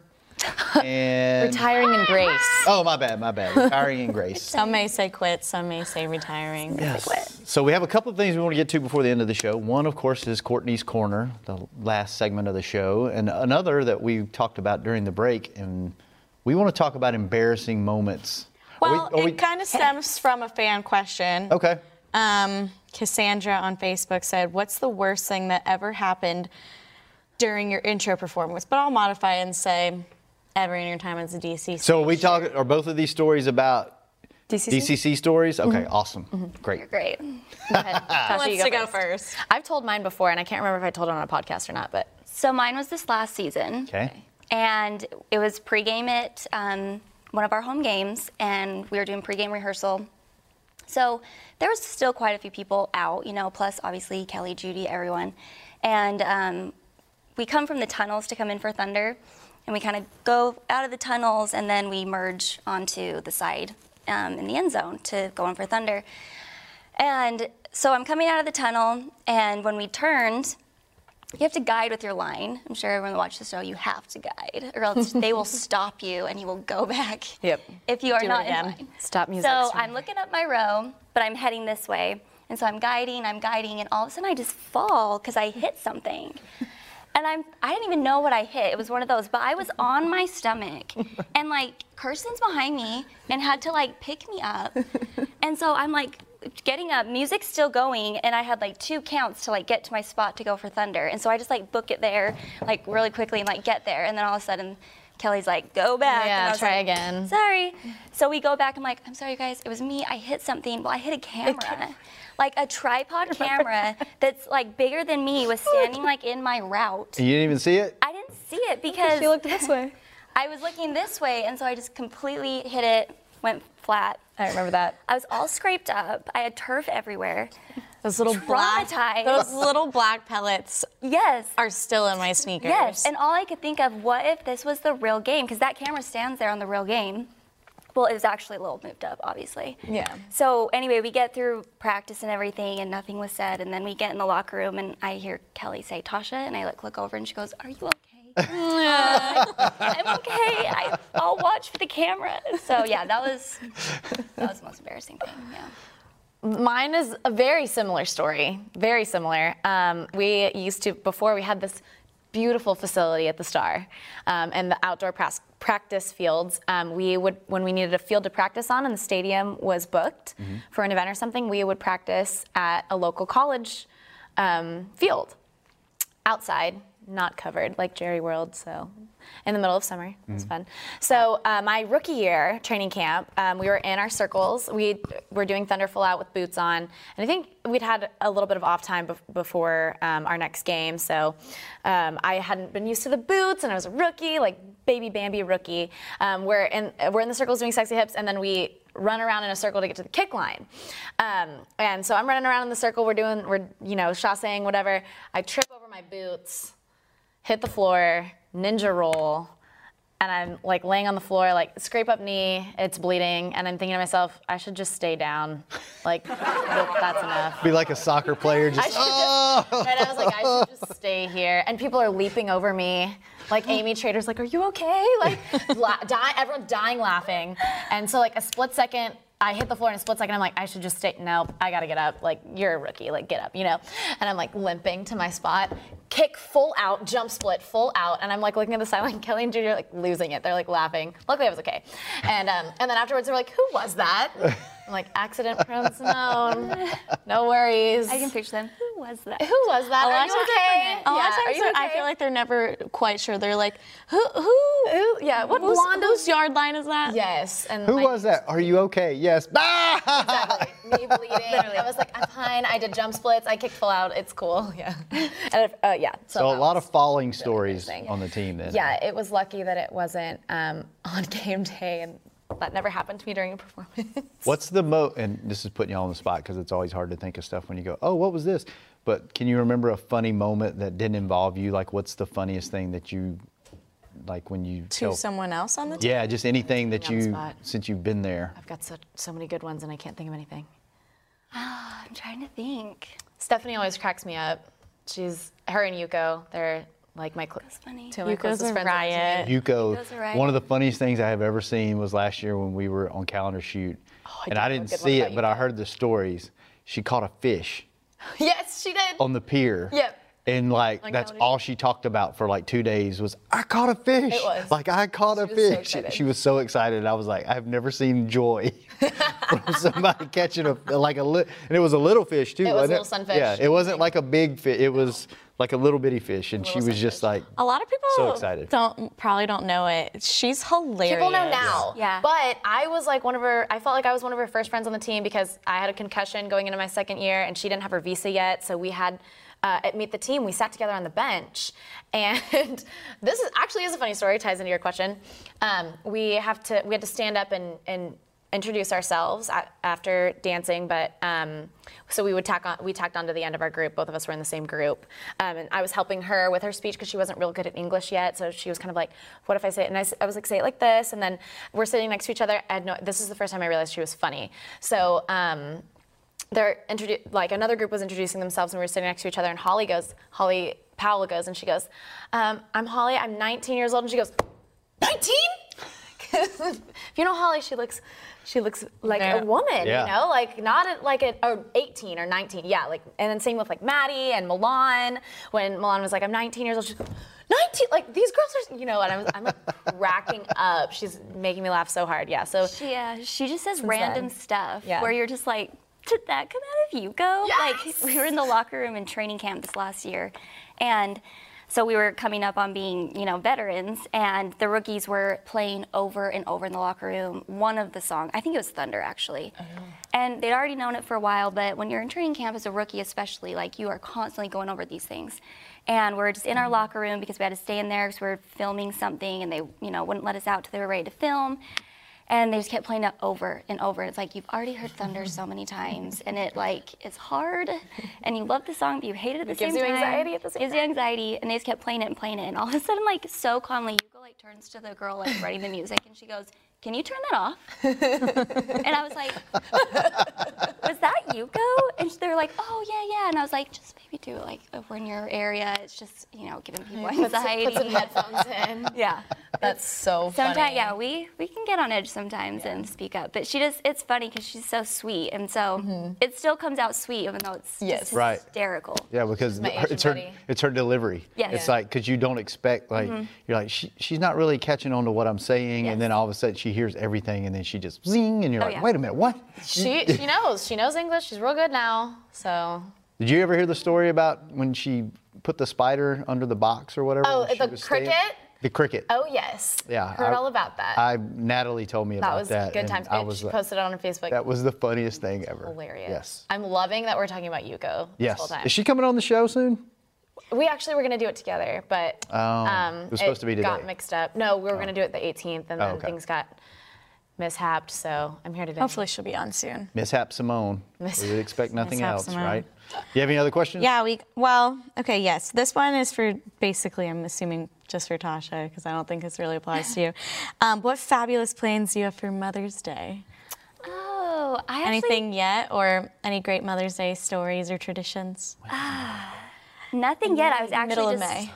Speaker 2: And
Speaker 4: Retiring in grace.
Speaker 2: oh, my bad, my bad. Retiring and Grace.
Speaker 3: Some may say quit, some may say retiring.
Speaker 2: Yes. So we have a couple of things we want to get to before the end of the show. One, of course, is Courtney's Corner, the last segment of the show, and another that we talked about during the break. And we want to talk about embarrassing moments. Are we-
Speaker 3: Well,
Speaker 2: are we-
Speaker 3: it kind of stems from a fan question.
Speaker 2: okay.
Speaker 3: Um, Cassandra on Facebook said, What's the worst thing that ever happened during your intro performance? But I'll modify and say, Ever in your time as a DC.
Speaker 2: So are we talking? Are both of these stories about
Speaker 4: DCC.
Speaker 2: DCC stories? Okay, awesome, great.
Speaker 5: Great.
Speaker 4: Tasha,
Speaker 3: wants
Speaker 4: you
Speaker 3: to go first.
Speaker 4: I've told mine before, and I can't remember if I told it on a podcast or not, but
Speaker 5: So mine was this last season.
Speaker 2: Okay.
Speaker 5: And it was pregame at um, one of our home games, and we were doing pregame rehearsal. So there was still quite a few people out, you know, plus obviously Kelly, Judy, everyone. And um, we come from the tunnels to come in for Thunder, and we kind of go out of the tunnels and then we merge onto the side um, in the end zone to go in for Thunder. And so I'm coming out of the tunnel, and when we turned, you have to guide with your line. I'm sure everyone that watches the show, you have to guide, or else they will stop you and you will go back
Speaker 4: Yep.
Speaker 5: if you are
Speaker 4: Do it
Speaker 5: not in
Speaker 4: again.
Speaker 5: line.
Speaker 4: Stop music.
Speaker 5: So
Speaker 4: sorry.
Speaker 5: I'm looking up my row, but I'm heading this way. And so I'm guiding, I'm guiding, and all of a sudden I just fall because I hit something. And I'm I didn't even know what I hit. It was one of those, but I was on my stomach. And like Kirsten's behind me and had to like pick me up. And so I'm like getting up, music's still going, and I had like two counts to like get to my spot to go for Thunder. And so I just like book it there, like really quickly and like get there. And then all of a sudden Kelly's like, go back.
Speaker 4: Yeah,
Speaker 5: and I was
Speaker 4: try
Speaker 5: like,
Speaker 4: again.
Speaker 5: Sorry. So we go back. I'm like, I'm sorry, you guys. It was me. I hit something. Well, I hit a camera, like a tripod camera that's like bigger than me was standing like in my route.
Speaker 2: You didn't even see it?
Speaker 5: I didn't see it because
Speaker 4: she looked this way.
Speaker 5: I was looking this way, and so I just completely hit it, went flat.
Speaker 4: I remember that.
Speaker 5: I was all scraped up. I had turf everywhere.
Speaker 3: Those little black,
Speaker 5: Traumatized.
Speaker 3: those little black pellets
Speaker 5: Yes.
Speaker 3: are still in my sneakers.
Speaker 5: Yes, and all I could think of, what if this was the real game? Because that camera stands there on the real game. Well, it was actually a little moved up, obviously.
Speaker 3: Yeah.
Speaker 5: So anyway, we get through practice and everything, and nothing was said. And then we get in the locker room, and I hear Kelly say Tasha, and I like look over, and she goes, "Are you okay?" I'm okay. I, I'll watch for the camera. So yeah, that was that was the most embarrassing thing. Yeah.
Speaker 4: Mine is a very similar story. Very similar. Um, we used to before we had this beautiful facility at the Star um, and the outdoor pras- practice fields. Um, we would when we needed a field to practice on and the stadium was booked
Speaker 3: Mm-hmm.
Speaker 2: Mm-hmm.
Speaker 4: for an event or something, we would practice at a local college um, field outside, not covered, like Jerry World. So, in the middle of summer, it was fun. So, uh, my rookie year training camp, um, we were in our circles. We were doing Thunderful out with boots on, and I think we'd had a little bit of off time bef- before um, our next game. So, um, I hadn't been used to the boots, and I was a rookie, like baby Bambi rookie. Um, we're in we're in the circles doing sexy hips, and then we run around in a circle to get to the kick line. Um, and so I'm running around in the circle. We're doing, we're, you know, chassing, whatever. I trip over my boots, hit the floor, ninja roll, and I'm like laying on the floor, like scrape up knee, it's bleeding. And I'm thinking to myself, I should just stay down. Like, that's enough.
Speaker 2: Be like a soccer player,
Speaker 4: I
Speaker 2: just
Speaker 4: should just, right, I was like, I should just stay here. And people are leaping over me. Like Amy Trader's like, are you okay? Like, la- die, everyone's dying laughing. And so like a split second, I hit the floor in a split second. I'm like, I should just stay. Nope, I gotta get up. Like, you're a rookie. Like, get up, you know? And I'm like limping to my spot, kick full out, jump split full out. And I'm like looking at the sideline. Kelly and Judy are like losing it. They're like laughing. Luckily, I was okay. And um, and then afterwards, they're like, who was that? I'm like, accident pronounce known. No worries.
Speaker 5: I can picture them. Who was that?
Speaker 4: Who was that?
Speaker 3: A
Speaker 4: Are
Speaker 3: lot
Speaker 4: you okay?
Speaker 3: of times, a lot of
Speaker 4: Yeah, are
Speaker 3: times
Speaker 4: you
Speaker 3: they're- I
Speaker 4: okay?
Speaker 3: feel like they're never quite sure. They're like, who, who,
Speaker 4: Who- yeah, what
Speaker 3: whose,
Speaker 4: blonde-
Speaker 3: whose yard line is that?
Speaker 4: Yes. And
Speaker 2: Who
Speaker 4: my-
Speaker 2: was that? Are you okay? Yes. Ah!
Speaker 4: Me bleeding. I was like, I'm fine. I did jump splits. I kicked full out. It's cool. Yeah. And if, uh, yeah. So,
Speaker 2: So a
Speaker 4: that
Speaker 2: lot
Speaker 4: was-
Speaker 2: of falling stories
Speaker 4: amazing.
Speaker 2: on the team then.
Speaker 4: Yeah, it was lucky that it wasn't um, on game day, and that never happened to me during a performance.
Speaker 2: What's the mo? And this is putting you all on the spot because it's always hard to think of stuff when you go, "Oh, what was this?" But can you remember a funny moment that didn't involve you? Like, what's the funniest thing that you, like, when you
Speaker 3: To
Speaker 2: tell-
Speaker 3: someone else on the team?
Speaker 2: Oh. Yeah, just anything that
Speaker 4: Putting me on
Speaker 2: you
Speaker 4: the spot.
Speaker 2: since you've been there.
Speaker 4: I've got so, so many good ones, and I can't think of anything.
Speaker 5: I'm trying to think.
Speaker 4: Stephanie always cracks me up. She's her and Yuko. They're like my cl-
Speaker 5: funny.
Speaker 4: two of my
Speaker 3: Yuko's
Speaker 4: closest
Speaker 3: a
Speaker 4: friends. on the team.
Speaker 3: riot.
Speaker 2: Yuko,
Speaker 5: Those are right.
Speaker 2: one of the funniest things I have ever seen was last year when we were on calendar shoot, and
Speaker 4: do
Speaker 2: I
Speaker 4: Oh, know a
Speaker 2: didn't
Speaker 4: good one
Speaker 2: see
Speaker 4: about
Speaker 2: it, but I
Speaker 4: Yuko.
Speaker 2: heard the stories. She caught a fish
Speaker 4: Yes, she did.
Speaker 2: on the pier.
Speaker 4: Yep.
Speaker 2: And like
Speaker 4: On
Speaker 2: that's
Speaker 4: Calendar
Speaker 2: all she talked about for like two days was I caught a fish.
Speaker 4: It was.
Speaker 2: Like I caught a
Speaker 4: She was so
Speaker 2: fish. She-
Speaker 4: excited.
Speaker 2: she was so excited. I was like, I've never seen joy from somebody catching a like a li- and it was a little fish too.
Speaker 4: It was a
Speaker 2: wasn't
Speaker 4: little sunfish.
Speaker 2: Yeah, it wasn't like a big fish. It was like a little bitty fish, and she was just like
Speaker 3: A lot of people
Speaker 2: So excited.
Speaker 3: don't probably don't know it. She's hilarious.
Speaker 4: People know now.
Speaker 5: Yeah.
Speaker 4: But I was like one of her. I felt like I was one of her first friends on the team because I had a concussion going into my second year, and she didn't have her visa yet. So we had uh, at meet the team. We sat together on the bench, and this is actually is a funny story. Ties into your question. Um, we have to. We had to stand up and and introduce ourselves a after dancing, but um, so we would tack on, we tacked on to the end of our group. Both of us were in the same group, um, and I was helping her with her speech because she wasn't real good at English yet. So she was kind of like, "What if I say it?" And I, s- I was like, "Say it like this." And then we're sitting next to each other. I had no, this is the first time I realized she was funny. So. Um, they're introdu- like another group was introducing themselves and we were sitting next to each other and holly goes holly powell goes and she goes um, i'm holly i'm 19 years old and she goes 19 if you know holly she looks she looks like a woman
Speaker 2: Yeah.
Speaker 4: you know like not a, like a, or 18 or 19 yeah like and then same with like maddie and milan when milan was like i'm 19 years old she's 19 like these girls are you know and i'm, I'm like cracking up she's making me laugh so hard yeah so
Speaker 5: She, uh, she just says
Speaker 4: Since
Speaker 5: random
Speaker 4: then.
Speaker 5: stuff
Speaker 4: Yeah.
Speaker 5: where you're just like, did that come out of you? Go.
Speaker 4: Yes!
Speaker 5: Like we were in the locker room in training camp this last year, and so we were coming up on being you know veterans, and the rookies were playing over and over in the locker room one of the song. I think it was Thunder actually, and they'd already known it for a while. But when you're in training camp as a rookie, especially, like you are constantly going over these things. And we we're just in
Speaker 4: Mm-hmm.
Speaker 5: our locker room because we had to stay in there because we were filming something, and they, you know, wouldn't let us out till they were ready to film. And they just kept playing that over and over. It's like you've already heard thunder so many times, and it like is hard, and you love the song, but you hate it at the same
Speaker 4: gives
Speaker 5: time.
Speaker 4: you anxiety at the same
Speaker 5: Gives you anxiety, and they just kept playing it and playing it, and all of a sudden, like so calmly, Yuko like turns to the girl like writing the music, and she goes, "Can you turn that off?" and I was like, "Was that Yuko?" And they're like, "Oh yeah, yeah," and I was like, "Just maybe do it like over in your area. It's just you know giving people anxiety."
Speaker 4: put some headphones in yeah that's so funny
Speaker 5: Sometimes, yeah, we we can get on edge sometimes and speak up. But she just, it's funny because she's so sweet, and so it still comes out sweet, even though it's
Speaker 4: Mm-hmm. Yes.
Speaker 5: just
Speaker 2: Right.
Speaker 5: hysterical.
Speaker 2: Yeah, because
Speaker 4: my
Speaker 2: the- her-
Speaker 4: Asian
Speaker 2: it's her
Speaker 4: buddy. Mm-hmm.
Speaker 2: it's her delivery.
Speaker 5: Yes.
Speaker 2: It's
Speaker 5: Yeah.
Speaker 2: like because you don't expect like you're like she, she's not really catching on to what I'm saying, and
Speaker 5: Yes.
Speaker 2: then all of a sudden she hears everything, and then she just zing, and you're
Speaker 5: Oh,
Speaker 2: like,
Speaker 5: yeah.
Speaker 2: wait a minute, what?
Speaker 4: She she knows. She knows English. She's real good now. So
Speaker 2: Did you ever hear the story about when she put the spider under the box or whatever?
Speaker 4: Oh,
Speaker 2: when she
Speaker 4: the
Speaker 2: was staying?
Speaker 4: cricket?
Speaker 2: The cricket.
Speaker 4: oh yes.
Speaker 2: Yeah,
Speaker 4: Heard
Speaker 2: I-
Speaker 4: all about that.
Speaker 2: I Natalie told me
Speaker 4: that
Speaker 2: about
Speaker 4: was
Speaker 2: that.
Speaker 4: good
Speaker 2: and
Speaker 4: times.
Speaker 2: I
Speaker 4: And
Speaker 2: was
Speaker 4: she
Speaker 2: like-
Speaker 4: posted it on her Facebook.
Speaker 2: that was the funniest thing ever.
Speaker 4: hilarious.
Speaker 2: Yes.
Speaker 4: I'm loving that we're talking about Yuko this whole
Speaker 2: yes.
Speaker 4: time.
Speaker 2: Is she coming on the show soon?
Speaker 4: we actually were gonna do it together, but um,
Speaker 2: Oh, it was supposed to be
Speaker 4: got
Speaker 2: today. Oh.
Speaker 4: mixed up. No, we were gonna do it the 18th, and then
Speaker 2: okay.
Speaker 4: things got mishapped. So I'm here today.
Speaker 3: Hopefully, she'll be on soon.
Speaker 2: Mishap Simone. We would expect nothing
Speaker 3: Mishap
Speaker 2: else,
Speaker 3: Simone.
Speaker 2: right? You have any other questions?
Speaker 3: Yeah, we well, okay, yes. This one is for basically, I'm assuming just for Tasha because I don't think this really applies to you. Um, what fabulous plans do you have for Mother's Day?
Speaker 5: Oh, I actually
Speaker 3: Anything yet, or any great Mother's Day stories or traditions?
Speaker 5: nothing yet. I was actually
Speaker 3: Middle of
Speaker 5: just,
Speaker 3: May.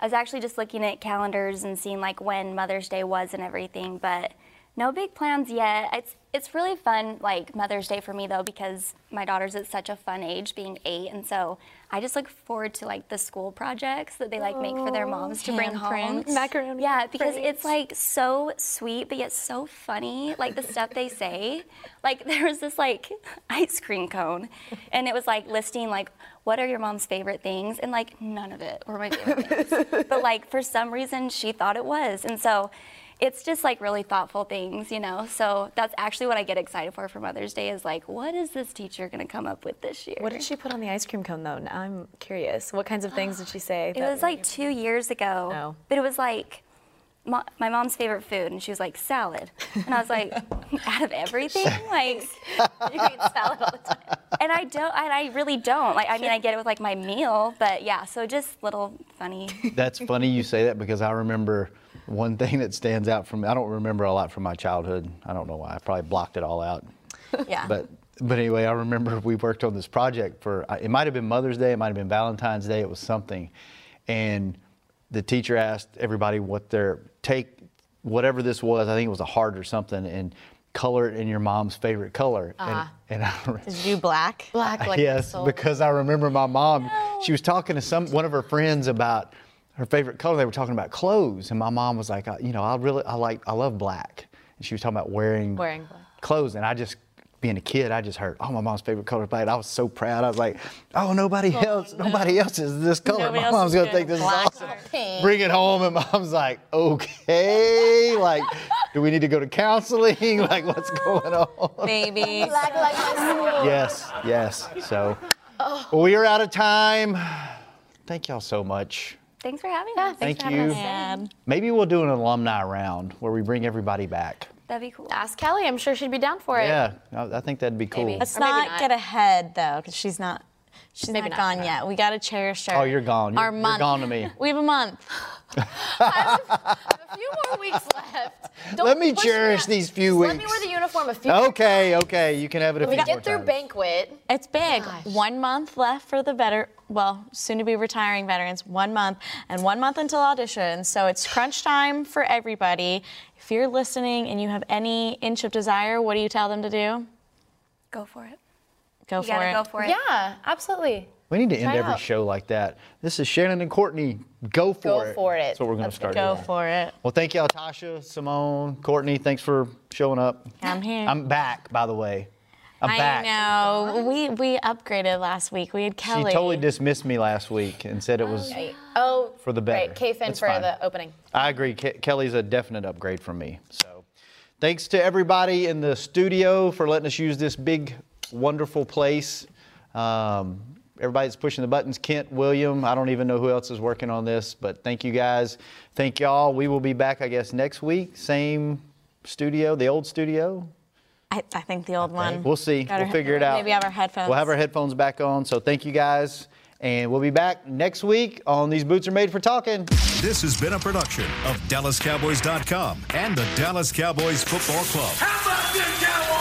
Speaker 5: I was actually just looking at calendars and seeing like when Mother's Day was and everything, but no big plans yet. It's it's really fun like Mother's Day for me though because my daughter's at such a fun age, being eight, and so I just look forward to like the school projects that they like make for
Speaker 3: Oh,
Speaker 5: their moms to bring home.
Speaker 3: handprints. Macaroni
Speaker 5: Yeah, because it's like so sweet but yet so funny. Like the stuff they say. Like there was this like ice cream cone, and it was like listing like what are your mom's favorite things, and like none of it were my favorite things but like for some reason she thought it was and so it's just like really thoughtful things you know so that's actually what i get excited for for mother's day is like what is this teacher going to come up with this year
Speaker 4: What did she put on the ice cream cone though? Now I'm curious. What kinds of things did she say?
Speaker 5: it was like two years ago
Speaker 4: Oh.
Speaker 5: but it was like mo- my mom's favorite food and she was like salad and i was like out of everything like you eat salad all the time and i don't and i really don't like i mean i get it with like my meal but yeah so just little funny
Speaker 2: That's funny you say that because I remember one thing that stands out from I don't remember a lot from my childhood. I don't know why. I probably blocked it all out.
Speaker 3: Yeah.
Speaker 2: But but anyway, I remember we worked on this project for I- it might have been Mother's Day, it might have been Valentine's Day, it was something, and the teacher asked everybody what their take whatever this was. I think it was a heart or something, and color it in your mom's favorite color. And, and I remember,
Speaker 3: Did you do black?
Speaker 4: black like
Speaker 2: yes,
Speaker 4: soul.
Speaker 2: because I remember my mom. She was talking to some one of her friends about her favorite color. They were talking about clothes, and my mom was like, uh, you know, I really, I like, I love black. And she was talking about wearing
Speaker 4: Wearing black.
Speaker 2: clothes, and I just. Being a kid, I just heard, oh, my mom's favorite color is black. And I was so proud. I was like, oh, nobody else, nobody else is this color.
Speaker 3: Nobody
Speaker 2: My
Speaker 3: else
Speaker 2: mom's
Speaker 3: is
Speaker 2: gonna
Speaker 3: doing
Speaker 2: think this
Speaker 3: black
Speaker 2: is awesome.
Speaker 3: or
Speaker 2: Bring it home, and mom's like, okay, like, do we need to go to counseling? Like, what's going on?
Speaker 3: Maybe.
Speaker 4: Black like my soul.
Speaker 2: Yes, yes. So, well, we are out of time. Thank y'all so much.
Speaker 5: thanks for having us
Speaker 2: Thank
Speaker 5: for having
Speaker 2: you.
Speaker 5: us.
Speaker 3: Sad.
Speaker 2: Maybe we'll do an alumni round where we bring everybody back.
Speaker 5: That'd be cool.
Speaker 4: Ask Kelly. I'm sure she'd be down for it.
Speaker 2: Yeah, I I think that'd be cool.
Speaker 4: Maybe.
Speaker 3: Let's
Speaker 4: Or maybe
Speaker 3: not,
Speaker 4: not.
Speaker 3: get ahead though, because she's not. She's
Speaker 4: Maybe
Speaker 3: not,
Speaker 4: not.
Speaker 3: gone yet. We gotta cherish her.
Speaker 2: Oh, you're gone.
Speaker 3: Our
Speaker 2: You're- you're
Speaker 3: month.
Speaker 2: gone to me.
Speaker 3: We have a month.
Speaker 4: A few more weeks left. Don't
Speaker 2: Let me
Speaker 4: push
Speaker 2: cherish
Speaker 4: that.
Speaker 2: these few
Speaker 4: Let me
Speaker 2: weeks.
Speaker 4: wear the uniform a few.
Speaker 2: Okay, okay, you can have it a
Speaker 4: When
Speaker 2: few
Speaker 4: we
Speaker 2: more
Speaker 4: get through
Speaker 2: times.
Speaker 4: banquet.
Speaker 3: It's big.
Speaker 4: Gosh.
Speaker 3: One month left for the better. Well, soon to be retiring veterans. One month and one month until auditions. So it's crunch time for everybody. If you're listening and you have any inch of desire, what do you tell them to do?
Speaker 5: Go for it.
Speaker 3: Go
Speaker 5: You
Speaker 3: for
Speaker 5: gotta
Speaker 3: it.
Speaker 5: go for it.
Speaker 4: Yeah, absolutely.
Speaker 2: We need to end
Speaker 4: Try
Speaker 2: every
Speaker 4: out.
Speaker 2: show like that. This is Shannon and Courtney. Go for
Speaker 4: Go
Speaker 2: it.
Speaker 4: for it.
Speaker 2: That's what we're going to
Speaker 4: Let's
Speaker 2: start
Speaker 3: Go
Speaker 2: doing.
Speaker 3: for it.
Speaker 2: Well, thank y'all, Tasha, Simone, Courtney. Thanks for showing up.
Speaker 3: I'm here.
Speaker 2: I'm back, by the way. I'm
Speaker 3: I
Speaker 2: back.
Speaker 3: know. We we upgraded last week. We had
Speaker 2: She
Speaker 3: Kelly.
Speaker 2: totally dismissed me last week and said it was.
Speaker 4: Oh,
Speaker 2: For the better.
Speaker 4: Right, K-Fin
Speaker 2: It's
Speaker 4: for
Speaker 2: fine.
Speaker 4: the opening.
Speaker 2: I agree. Ke- Kelly's a definite upgrade from me. So, thanks to everybody in the studio for letting us use this big, wonderful place. Um, everybody's pushing the buttons. Kent, William, I don't even know who else is working on this, but thank you guys. Thank y'all. We will be back, I guess, next week. Same studio, the old studio.
Speaker 3: I, I think the old one.
Speaker 2: We'll see.
Speaker 3: Got
Speaker 2: We'll
Speaker 3: her-
Speaker 2: figure it out.
Speaker 3: Maybe have our headphones.
Speaker 2: We'll have our headphones back on. So, thank you guys. And we'll be back next week on These Boots Are Made for Talking.
Speaker 1: This has been a production of DallasCowboys.com and the Dallas Cowboys Football Club.
Speaker 9: How about this, Cowboys?